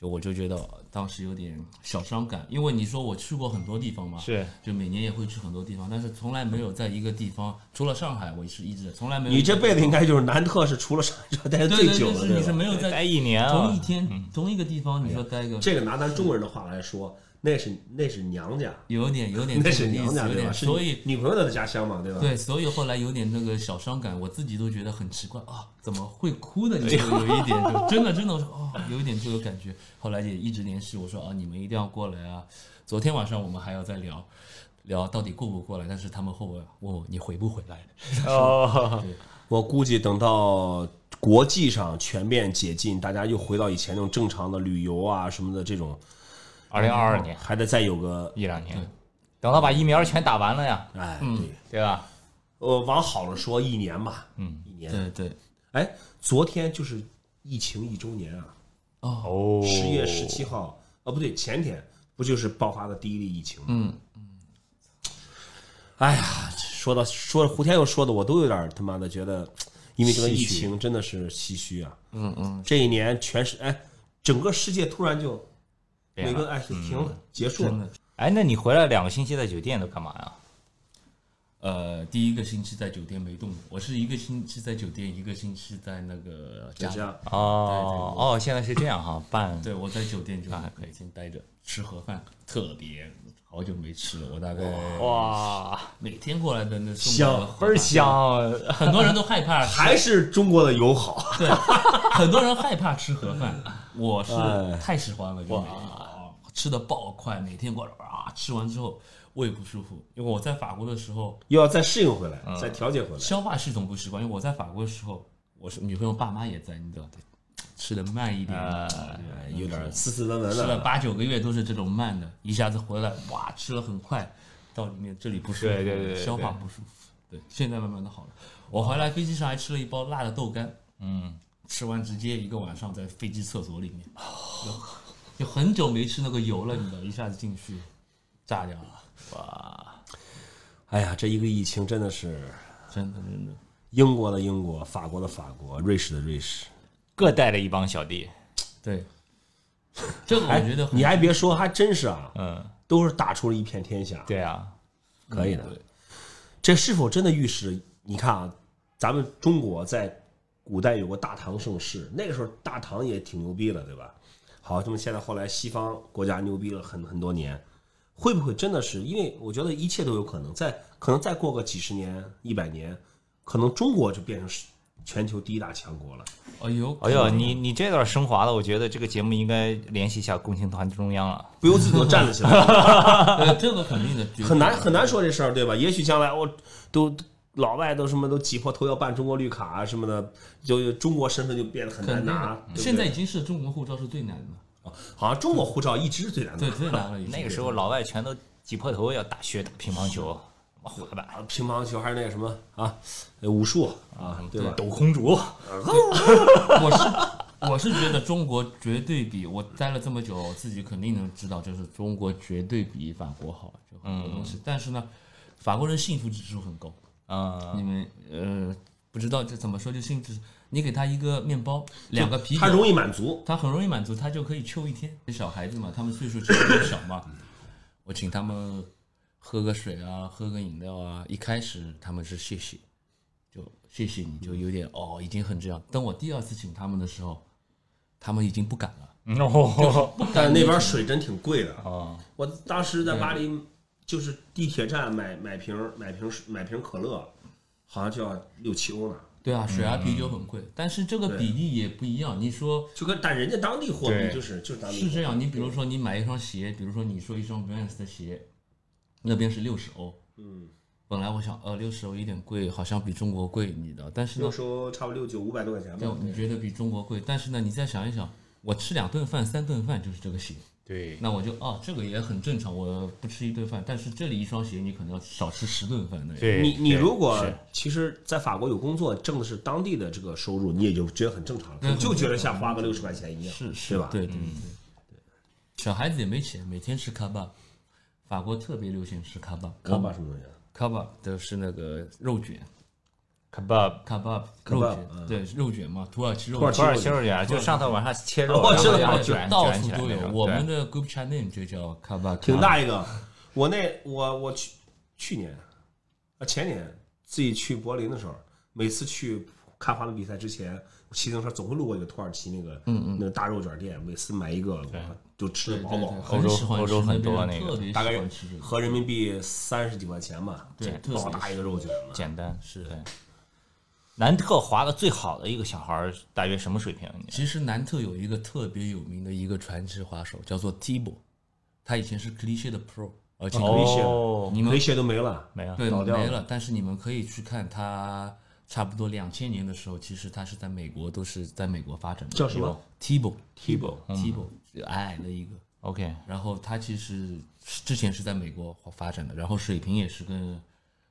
Speaker 1: 就我就觉得当时有点小伤感，因为你说我去过很多地方嘛，
Speaker 2: 是
Speaker 1: 就每年也会去很多地方，但是从来没有在一个地方，除了上海，我是一直从来没有。
Speaker 3: 你这辈子应该就是南特是除了上海之外待的
Speaker 1: 对对 对，
Speaker 3: 最
Speaker 1: 哎
Speaker 3: 久
Speaker 1: 就
Speaker 3: 的，
Speaker 1: 是你是
Speaker 3: 吧？
Speaker 1: 没有
Speaker 2: 待
Speaker 1: 在
Speaker 2: 一年啊，
Speaker 1: 同一天、同一个地方，你说待个
Speaker 3: 这个拿咱中国人的话来说，那是那是娘家，
Speaker 1: 有点有点
Speaker 3: 那
Speaker 1: 这
Speaker 3: 是
Speaker 1: 个意
Speaker 3: 娘
Speaker 1: 思，
Speaker 3: 家
Speaker 1: 有
Speaker 3: 对吧？
Speaker 1: 点
Speaker 3: 是
Speaker 1: 所以
Speaker 3: 你女朋友的家乡嘛，对吧？
Speaker 1: 对，所以后来有点那个小伤感，我自己都觉得很奇怪啊，怎么会哭的？就有一点，就真的真的我说哦，有一点这个感觉。后来也一直联系我说啊，你们一定要过来啊。昨天晚上我们还要再聊聊到底过不过来，但是他们后问问我你回不回来？
Speaker 2: 哦，
Speaker 3: 我估计等到国际上全面解禁，大家又回到以前那种正常的旅游啊什么的这种，
Speaker 2: 二零二二年
Speaker 3: 还得再有个
Speaker 2: 一两年，等到把疫苗全打完了呀，
Speaker 3: 哎，
Speaker 1: 嗯
Speaker 3: 对，
Speaker 2: 对吧？
Speaker 3: 呃，往好了说一年吧，嗯，一年。
Speaker 1: 对对，
Speaker 3: 哎，昨天就是疫情一周年啊，
Speaker 1: 哦，
Speaker 2: 哦
Speaker 3: 十月十七号，啊，不对，前天不就是爆发的第一例疫情吗？
Speaker 1: 嗯，
Speaker 3: 哎呀，说到说胡天佑说的，我都有点儿他妈的觉得，因为这个疫情真的是唏嘘啊。
Speaker 1: 嗯嗯，
Speaker 3: 这一年全是哎，整个世界突然就
Speaker 2: 这样
Speaker 3: 每个哎就停了，结
Speaker 1: 嗯
Speaker 3: 束
Speaker 1: 真
Speaker 3: 了。
Speaker 1: 的。
Speaker 2: 哎，那你回来两个星期在酒店都干嘛呀？
Speaker 1: 呃，第一个星期在酒店没动，我是一个星期在酒店，一个星期在那个
Speaker 3: 就
Speaker 1: 家。
Speaker 3: 这样，
Speaker 2: 哦哦，现在是这样哈，办
Speaker 1: 对，我在酒店就
Speaker 2: 那还可以
Speaker 1: 以先待着，吃盒饭，特别好久没吃了，我大概
Speaker 2: 哇，
Speaker 1: 每天过来的那送
Speaker 3: 香
Speaker 1: 我的盒
Speaker 2: 倍儿
Speaker 1: 饭，
Speaker 2: 香，
Speaker 1: 很多人都害怕吃，
Speaker 3: 还是中国的友好。啊
Speaker 1: 对，很多人害怕吃盒饭，
Speaker 3: 哎
Speaker 1: 我是太喜欢了，就每天啊吃的爆快，每天过来啊，吃完之后胃不舒服，因为我在法国的时候
Speaker 3: 又要再适应回来，
Speaker 1: 嗯
Speaker 3: 再调节回来。
Speaker 1: 消化系统不习惯，因为我在法国的时候，我是女朋友爸妈也在，你知道的，吃的慢一点，
Speaker 3: 哎，有点斯斯文文
Speaker 1: 吃了
Speaker 3: 的。
Speaker 1: 八九个月都是这种慢的，一下子回来哇，吃了很快，到里面这里不舒服，
Speaker 2: 对对对对对
Speaker 1: 消化不舒服。对，现在慢慢的好了。我回来飞机上还吃了一包辣的豆干，
Speaker 2: 嗯，
Speaker 1: 吃完直接一个晚上在飞机厕所里面，
Speaker 3: 哦
Speaker 1: 就就很久没吃那个油了，你知道，一下子进去炸掉了，
Speaker 3: 哎呀，这一个疫情真的是
Speaker 1: 真的真的。
Speaker 3: 英国的英国，法国的法国，瑞士的瑞士。
Speaker 2: 各带了一帮小弟，
Speaker 1: 对，这个我觉得很
Speaker 3: 你还别说，还真是啊，
Speaker 2: 嗯，
Speaker 3: 都是打出了一片天下。
Speaker 2: 对啊，
Speaker 3: 可以的。这是否真的预示？你看啊，咱们中国在古代有过大唐盛世，那个时候大唐也挺牛逼的，对吧？好，这么现在后来西方国家牛逼了很很多年，会不会真的是？因为我觉得一切都有可能，再可能再过个几十年、一百年，可能中国就变成是全球第一大强国了。
Speaker 1: 哎呦，
Speaker 2: 哎呦，你你这段升华了，我觉得这个节目应该联系一下共青团中央了。
Speaker 3: 不由自主地站了起来，
Speaker 1: 呃，这个肯定的，绝对
Speaker 3: 很难很难说这事儿，对吧？也许将来我都老外都什么都挤破头要办中国绿卡啊什么的，就中国身份就变得很
Speaker 1: 肯
Speaker 3: 难
Speaker 1: 定
Speaker 3: 拿
Speaker 1: 的。。
Speaker 3: 对不对
Speaker 1: 现在已经是中国护照是最难的，
Speaker 3: 好像中国护照一直是最难拿
Speaker 1: 对，最难了已经。
Speaker 2: 那个时候老外全都挤破头要打雪、打乒乓球、什么滑板、
Speaker 3: 啊，乒乓球还是那个什么啊，呃武术啊，对吧？
Speaker 2: 抖空竹，
Speaker 1: 我是我是觉得中国绝对比我待了这么久，我自己肯定能知道，就是中国绝对比法国好，就很多东西。但是呢，法国人幸福指数很高，
Speaker 2: 嗯，
Speaker 1: 你们呃不知道这怎么说，就幸福指你给他一个面包，两个啤酒，
Speaker 3: 他容易满足，
Speaker 1: 他很容易满足，他就可以秋一天。小孩子嘛，他们岁数其实也小嘛，我请他们喝个水啊，喝个饮料啊。一开始他们是谢谢，就谢谢你，就有点哦，已经很这样。等我第二次请他们的时候，他们已经不敢了。
Speaker 2: 哦，
Speaker 3: 但那边水真挺贵的。
Speaker 1: 啊
Speaker 2: 哦
Speaker 3: 我当时
Speaker 1: 嗯
Speaker 3: 在巴黎，就是地铁站买买瓶买瓶买瓶可乐，好像就要六七欧呢。
Speaker 1: 对啊，水啊啤酒很贵，但是这个比例也不一样。你说
Speaker 3: 就跟但人家当地货
Speaker 2: 对
Speaker 3: 币就是就是当地货
Speaker 1: 是这样，你比如说你买一双鞋，比如说你说一双 Vans 的鞋，那边是六十欧。嗯，本来我想呃六十欧有点贵，好像比中国贵，你知道，但是呢
Speaker 3: 那，时候差不多六九五百多块钱
Speaker 1: 但
Speaker 3: 吧。
Speaker 1: 你觉得比中国贵，但是呢，你再想一想，我吃两顿饭、三顿饭就是这个鞋，
Speaker 2: 对，
Speaker 1: 那我就哦，这个也很正常，我不吃一顿饭，但是这里一双鞋你可能要少吃十顿饭那样。
Speaker 2: 对
Speaker 3: 你你
Speaker 2: 对
Speaker 3: 如果
Speaker 2: 是
Speaker 3: 其实，在法国有工作，挣的是当地的这个收入，你也就觉得很正常了，就觉得像花个六十块钱一样，
Speaker 1: 是嗯是
Speaker 3: 对吧？
Speaker 1: 对对对
Speaker 2: 嗯
Speaker 1: 小孩子也没钱，每天吃卡巴，法国特别流行吃卡巴，
Speaker 3: 卡巴什么东西啊？
Speaker 1: 卡巴都是那个肉卷。
Speaker 2: kebab
Speaker 1: 卡巴肉
Speaker 3: Kebab，
Speaker 1: 卷，
Speaker 3: 嗯
Speaker 1: 对肉卷嘛，土耳其肉
Speaker 3: 土耳
Speaker 1: 卷
Speaker 2: 土耳其肉卷，就上头往下切肉，
Speaker 3: 哦
Speaker 2: 然
Speaker 3: 知
Speaker 2: 后
Speaker 3: 道
Speaker 2: 然后
Speaker 1: 对
Speaker 2: 卷
Speaker 1: 到
Speaker 2: 卷
Speaker 1: 处
Speaker 2: 起来
Speaker 1: 都
Speaker 2: 那
Speaker 1: 有。
Speaker 2: 种
Speaker 1: 我
Speaker 2: 对
Speaker 1: 们的 group chat name 就叫卡巴，
Speaker 3: 挺大一个。啊我那我我去去年啊前年自己去柏林的时候，每次去看滑冰比赛之前，我骑自行车总会路过一个土耳其那个嗯嗯那个大肉卷店，每次买一个我就吃
Speaker 1: 对
Speaker 3: 的饱
Speaker 1: 对
Speaker 3: 饱
Speaker 1: 对，，
Speaker 2: 欧
Speaker 1: 很
Speaker 2: 洲
Speaker 1: 喜欢
Speaker 2: 欧
Speaker 1: 吃
Speaker 2: 洲很
Speaker 1: 边
Speaker 2: 多
Speaker 1: 人
Speaker 2: 那个
Speaker 1: 特别喜
Speaker 3: 大概
Speaker 1: 欢吃这个，
Speaker 3: 合人民币三十几块钱吧，
Speaker 1: 对特别
Speaker 3: 老大一个肉卷了。
Speaker 2: 简单是对。南特滑的最好的一个小孩儿大约什么水平？
Speaker 1: 其实南特有一个特别有名的一个传奇滑手，叫做 Tibo，他以前是 Cliche 的 Pro，而且
Speaker 3: 哦
Speaker 1: Cliche 你们
Speaker 3: 那些都没了，
Speaker 2: 没有啊
Speaker 1: 对
Speaker 3: 倒掉了
Speaker 1: 没了，但是你们可以去看他。差不多两千年的时候，其实他是在美国，都是在美国发展的。
Speaker 3: 叫什么嗯
Speaker 1: Tibo？Tibo，Tibo，
Speaker 3: ？Tibo
Speaker 1: 矮矮的一个，
Speaker 2: OK，
Speaker 1: 然后他其实是之前是在美国发展的，然后水平也是跟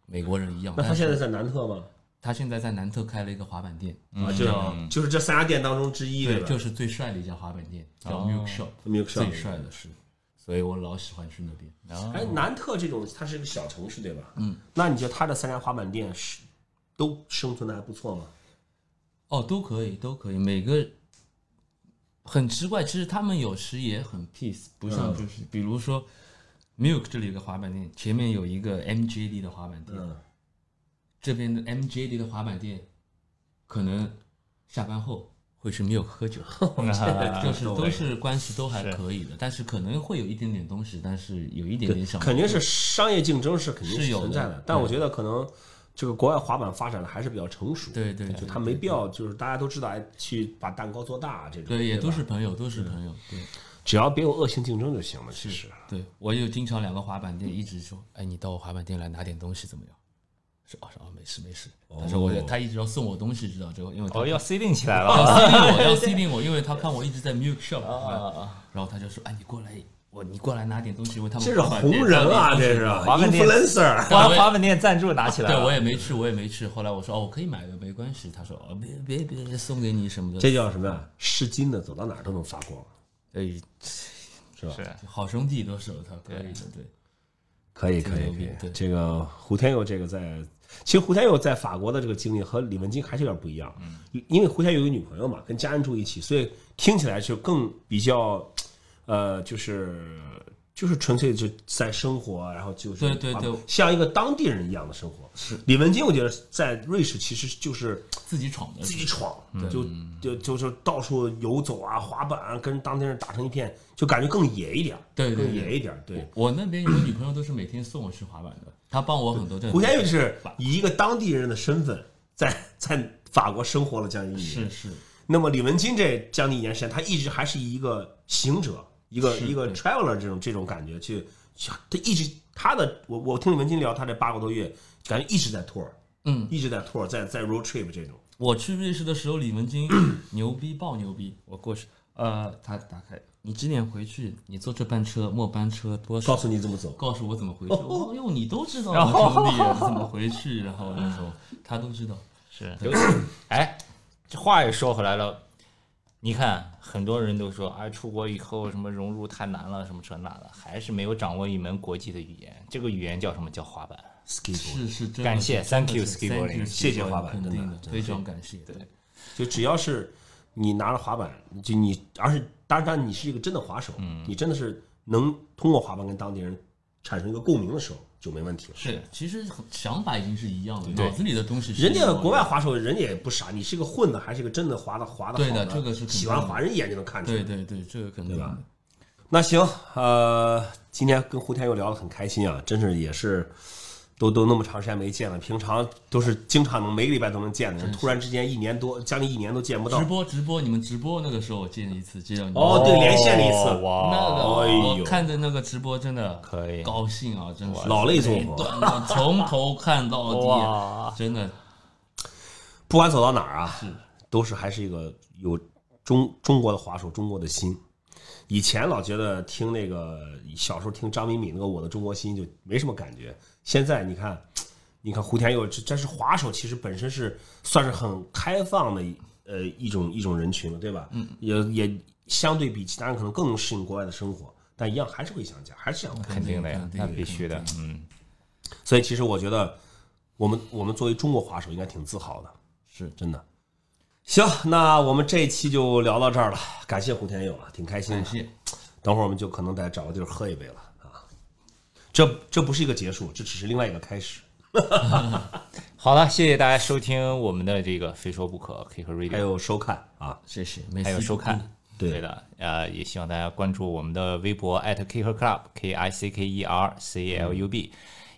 Speaker 1: 美国人一样。
Speaker 3: 那他
Speaker 1: 但是
Speaker 3: 现在在南特吗？
Speaker 1: 他现在在南特开了一个滑板店，
Speaker 3: 啊，就就是这三家店当中之
Speaker 1: 嗯
Speaker 3: 一，
Speaker 1: 对，
Speaker 3: 吧哦
Speaker 1: 就是最帅的一家滑板店，叫 Milk Shop，、
Speaker 3: Milk Shop
Speaker 1: 最帅的是，啊所以我老喜欢去那边。
Speaker 3: 哎，南特这种它是个小城市，对吧？嗯，那你觉得它的三家滑板店是都生存的还不错吗？
Speaker 1: 哦，都可以，都可以，每个很奇怪，其实他们有时也很 peace，不像就是、比如说 Milk 这里有个滑板店，前面有一个 MJD 的滑板店，
Speaker 3: 嗯，
Speaker 1: 这边的 MJD 的滑板店，可能下班后会去 Milk 喝酒。 就是啊都是关系都还可以的，但是可能会有一点点东西，但是有一点点小
Speaker 3: 嗯肯定是商业竞争是肯定
Speaker 1: 是有的
Speaker 3: 存在的，但我觉得可能这个国外滑板发展的还是比较成熟，
Speaker 1: 对对
Speaker 3: 就
Speaker 1: 对
Speaker 3: 它没必要就是大家都知道哎去把蛋糕做大这种，
Speaker 1: 对，也
Speaker 3: 吧
Speaker 1: 都是朋友，都是朋友。对
Speaker 3: 只要别有恶性竞争就行了，其实。
Speaker 1: 对，我有经常两个滑板店一直说，哎，你到我滑板店来拿点东西怎么样？说哦，说哦，没事没事。但是我觉得他一直要送我东西，知道这个，因为他
Speaker 2: 哦，要 C 定起来
Speaker 1: 要
Speaker 2: 了。
Speaker 1: C 定我，要 C 定我，因为他看我一直在 Milk Shop，然后他就说，哎，你过来，我你过来拿点东西，因为他们
Speaker 3: 这是红人啊，这是
Speaker 2: 滑板店
Speaker 3: influencer，
Speaker 2: 滑滑板店赞助拿起来
Speaker 1: 对，我
Speaker 2: 了，
Speaker 1: 也没吃，我也没吃。后来我说哦，我可以买的，没关系。他说哦，别别别，送给你什么的。
Speaker 3: 这叫什么呀？是金的，走到哪儿都能发光，
Speaker 1: 哎，
Speaker 3: 是吧？
Speaker 2: 是
Speaker 1: 好兄弟都是有他可以的，对，
Speaker 3: 可以，可
Speaker 1: 个
Speaker 3: 以，
Speaker 1: 牛
Speaker 3: 可
Speaker 1: 逼
Speaker 3: 以。
Speaker 1: 对
Speaker 3: 这个胡天佑这个在，其实胡天佑在法国的这个经历和李文金还是有点不一样，
Speaker 1: 嗯
Speaker 3: 因为胡天佑有个女朋友嘛，跟家人住一起，所以听起来就更比较，呃，就是就是纯粹就在生活，然后就是啊
Speaker 1: 对对对
Speaker 3: 像一个当地人一样的生活。是李文金，我觉得在瑞士其实就是
Speaker 1: 自己闯的
Speaker 3: 自。己闯，就
Speaker 1: 嗯
Speaker 3: 就就是到处游走啊，滑板啊，跟当地人打成一片，就感觉更野一点儿，
Speaker 1: 对对
Speaker 3: 更
Speaker 1: 对
Speaker 3: 野一点儿，对。
Speaker 1: 我那边有个女朋友都是每天送我去滑板的，她帮我很多这。
Speaker 3: 胡天佑是以一个当地人的身份在 在法国生活了将近一年。
Speaker 1: 是是，
Speaker 3: 那么李文金这将近一年时间，他一直还是一个行者，一个
Speaker 1: 是
Speaker 3: 一个
Speaker 1: 对
Speaker 3: traveler 这种这种感觉去，去他一直他的我我听李文金聊他这八个多月，感觉一直在 tour，
Speaker 1: 嗯，
Speaker 3: 一直在 tour，在在 road trip 这种。
Speaker 1: 我去瑞士的时候，李文金牛逼爆牛逼，我过去，呃，他打开，你几点回去？你坐这班车末班车多少
Speaker 3: 告？诉你怎么走，
Speaker 1: 告诉我怎么回去。哦哟，你都知道啊，兄弟，怎么回去？然后那时候他都知道。
Speaker 2: 是。哎，这话也说回来了，你看很多人都说，哎，出国以后什么融入太难了，什么这那的，还是没有掌握一门国际的语言。这个语言叫什么？叫滑板。
Speaker 1: 是是，真的
Speaker 2: 感谢
Speaker 1: 是真
Speaker 2: ，thank
Speaker 1: 的
Speaker 2: you
Speaker 1: 是
Speaker 2: skateboarding，
Speaker 1: thank you
Speaker 3: 谢谢滑板
Speaker 1: 肯
Speaker 3: 真的
Speaker 1: 定的，
Speaker 3: 真的
Speaker 1: 非常感谢。对，
Speaker 3: 就只要是你拿了滑板，就你，而是当然，当然你是一个真的滑手，
Speaker 1: 嗯
Speaker 3: 你真的是能通过滑板跟当地人产生一个共鸣的时候，就没问题了。
Speaker 1: 是，其实想法已经是一样的，脑子里的东西是
Speaker 3: 人
Speaker 1: 一
Speaker 3: 家
Speaker 1: 样的
Speaker 3: 国外滑手，人家也不傻，你是个混的还是个真的滑的滑的好
Speaker 1: 对的这个是肯定的
Speaker 3: 喜欢滑，人一眼就能看出来
Speaker 1: 对。对对，这个肯定
Speaker 3: 对吧那行，呃，今天跟胡天佑聊得很开心啊，真是也是，都都那么长时间没见了，平常都是经常能每个礼拜都能见的人，突然之间一年多，将近一年都见不到
Speaker 1: 直。播直播，你们直播那个时候我见了一次，见到你们
Speaker 3: 哦对连线了一次
Speaker 1: 那
Speaker 2: 哇，
Speaker 1: 个
Speaker 3: 哎呦
Speaker 1: 我看着那个直播真的
Speaker 2: 可以
Speaker 1: 高兴啊，真是
Speaker 3: 老泪纵横。
Speaker 1: 断了，从头看到
Speaker 2: 哇
Speaker 1: 底，真的
Speaker 3: 不管走到哪儿啊，都是还是一个有中中国的滑手，中国的心。以前老觉得听那个小时候听张敏敏那个《我的中国心》就没什么感觉，现在你看，你看胡天佑，这这是滑手，其实本身是算是很开放的一呃一种一种人群了，对吧？嗯，也也相对比其他人可能更能适应国外的生活，但一样还是会想家，还是想回
Speaker 2: 肯定的呀
Speaker 1: 肯，定
Speaker 2: 那必须的
Speaker 1: 肯，
Speaker 2: 嗯，
Speaker 3: 所以其实我觉得，我们我们作为中国滑手应该挺自豪的，
Speaker 1: 是
Speaker 3: 真的。行，那我们这一期就聊到这儿了，感谢胡天佑啊，挺开心
Speaker 1: 感
Speaker 3: 的。
Speaker 1: 谢。
Speaker 3: 等会儿我们就可能得找个地儿喝一杯了啊。这这不是一个结束，这只是另外一个开始。
Speaker 2: 好了，谢谢大家收听我们的这个《非说不可》Kick
Speaker 3: 还
Speaker 2: Radio，
Speaker 3: 有收看啊，
Speaker 1: 谢谢，没
Speaker 2: 还有收看。
Speaker 3: 对
Speaker 2: 的，呃，也希望大家关注我们的微博 at Kicker Club K I C K E R C L U B，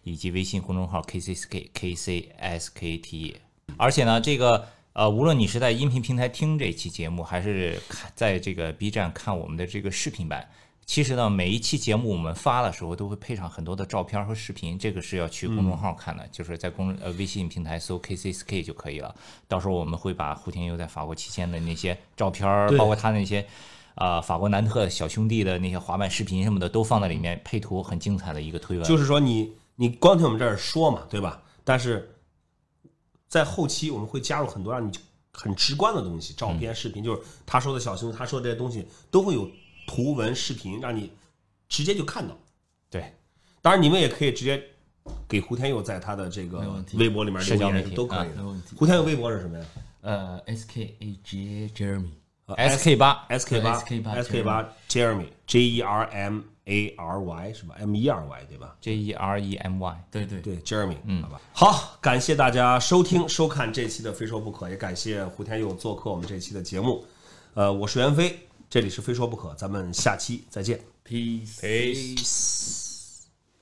Speaker 2: 以及微信公众号 K C S K K C S K T。而 E 且呢，这个呃，无论你是在音频平台听这期节目，还是看在这个 B 站看我们的这个视频版，其实呢，每一期节目我们发的时候都会配上很多的照片和视频，这个是要去公
Speaker 3: 嗯
Speaker 2: 众号看的，就是在公呃微信平台搜 KCSK 就可以了。到时候我们会把胡天佑在法国期间的那些照片儿，包括他那些。啊，法国南特小兄弟的那些滑板视频什么的都放在里面，配图很精彩的一个推文。
Speaker 3: 就是说你你光听我们这儿说嘛，对吧？但是在后期我们会加入很多让你很直观的东西，照
Speaker 1: 嗯
Speaker 3: 片、视频，就是他说的小熊，他说的这些东西都会有图文、视频，让你直接就看到。
Speaker 2: 对，
Speaker 3: 当然，你们也可以直接给胡天佑在他的这个
Speaker 1: 没问题
Speaker 3: 微博里面
Speaker 2: 社
Speaker 3: 留
Speaker 2: 交媒
Speaker 3: 言
Speaker 2: 体
Speaker 3: 都可以
Speaker 1: 啊没问
Speaker 3: 的。
Speaker 1: 题
Speaker 3: 胡天佑微博是什么呀
Speaker 1: 呃，S K A J Jeremy，
Speaker 3: 呃
Speaker 2: SK 八
Speaker 3: ？SK 八
Speaker 1: SK8
Speaker 3: SK 八 Jeremy J E R M A R Y 是吧？M E R Y 对吧？
Speaker 2: J E R E M Y。
Speaker 1: 对对，
Speaker 3: 对，Jeremy，嗯，好吧，好，感谢大家收听收看这期的《非说不可》，也感谢胡天佑做客我们这期的节目。呃，我是袁飞，这里是《非说不可》，咱们下期再见。
Speaker 1: ，peace。
Speaker 3: Peace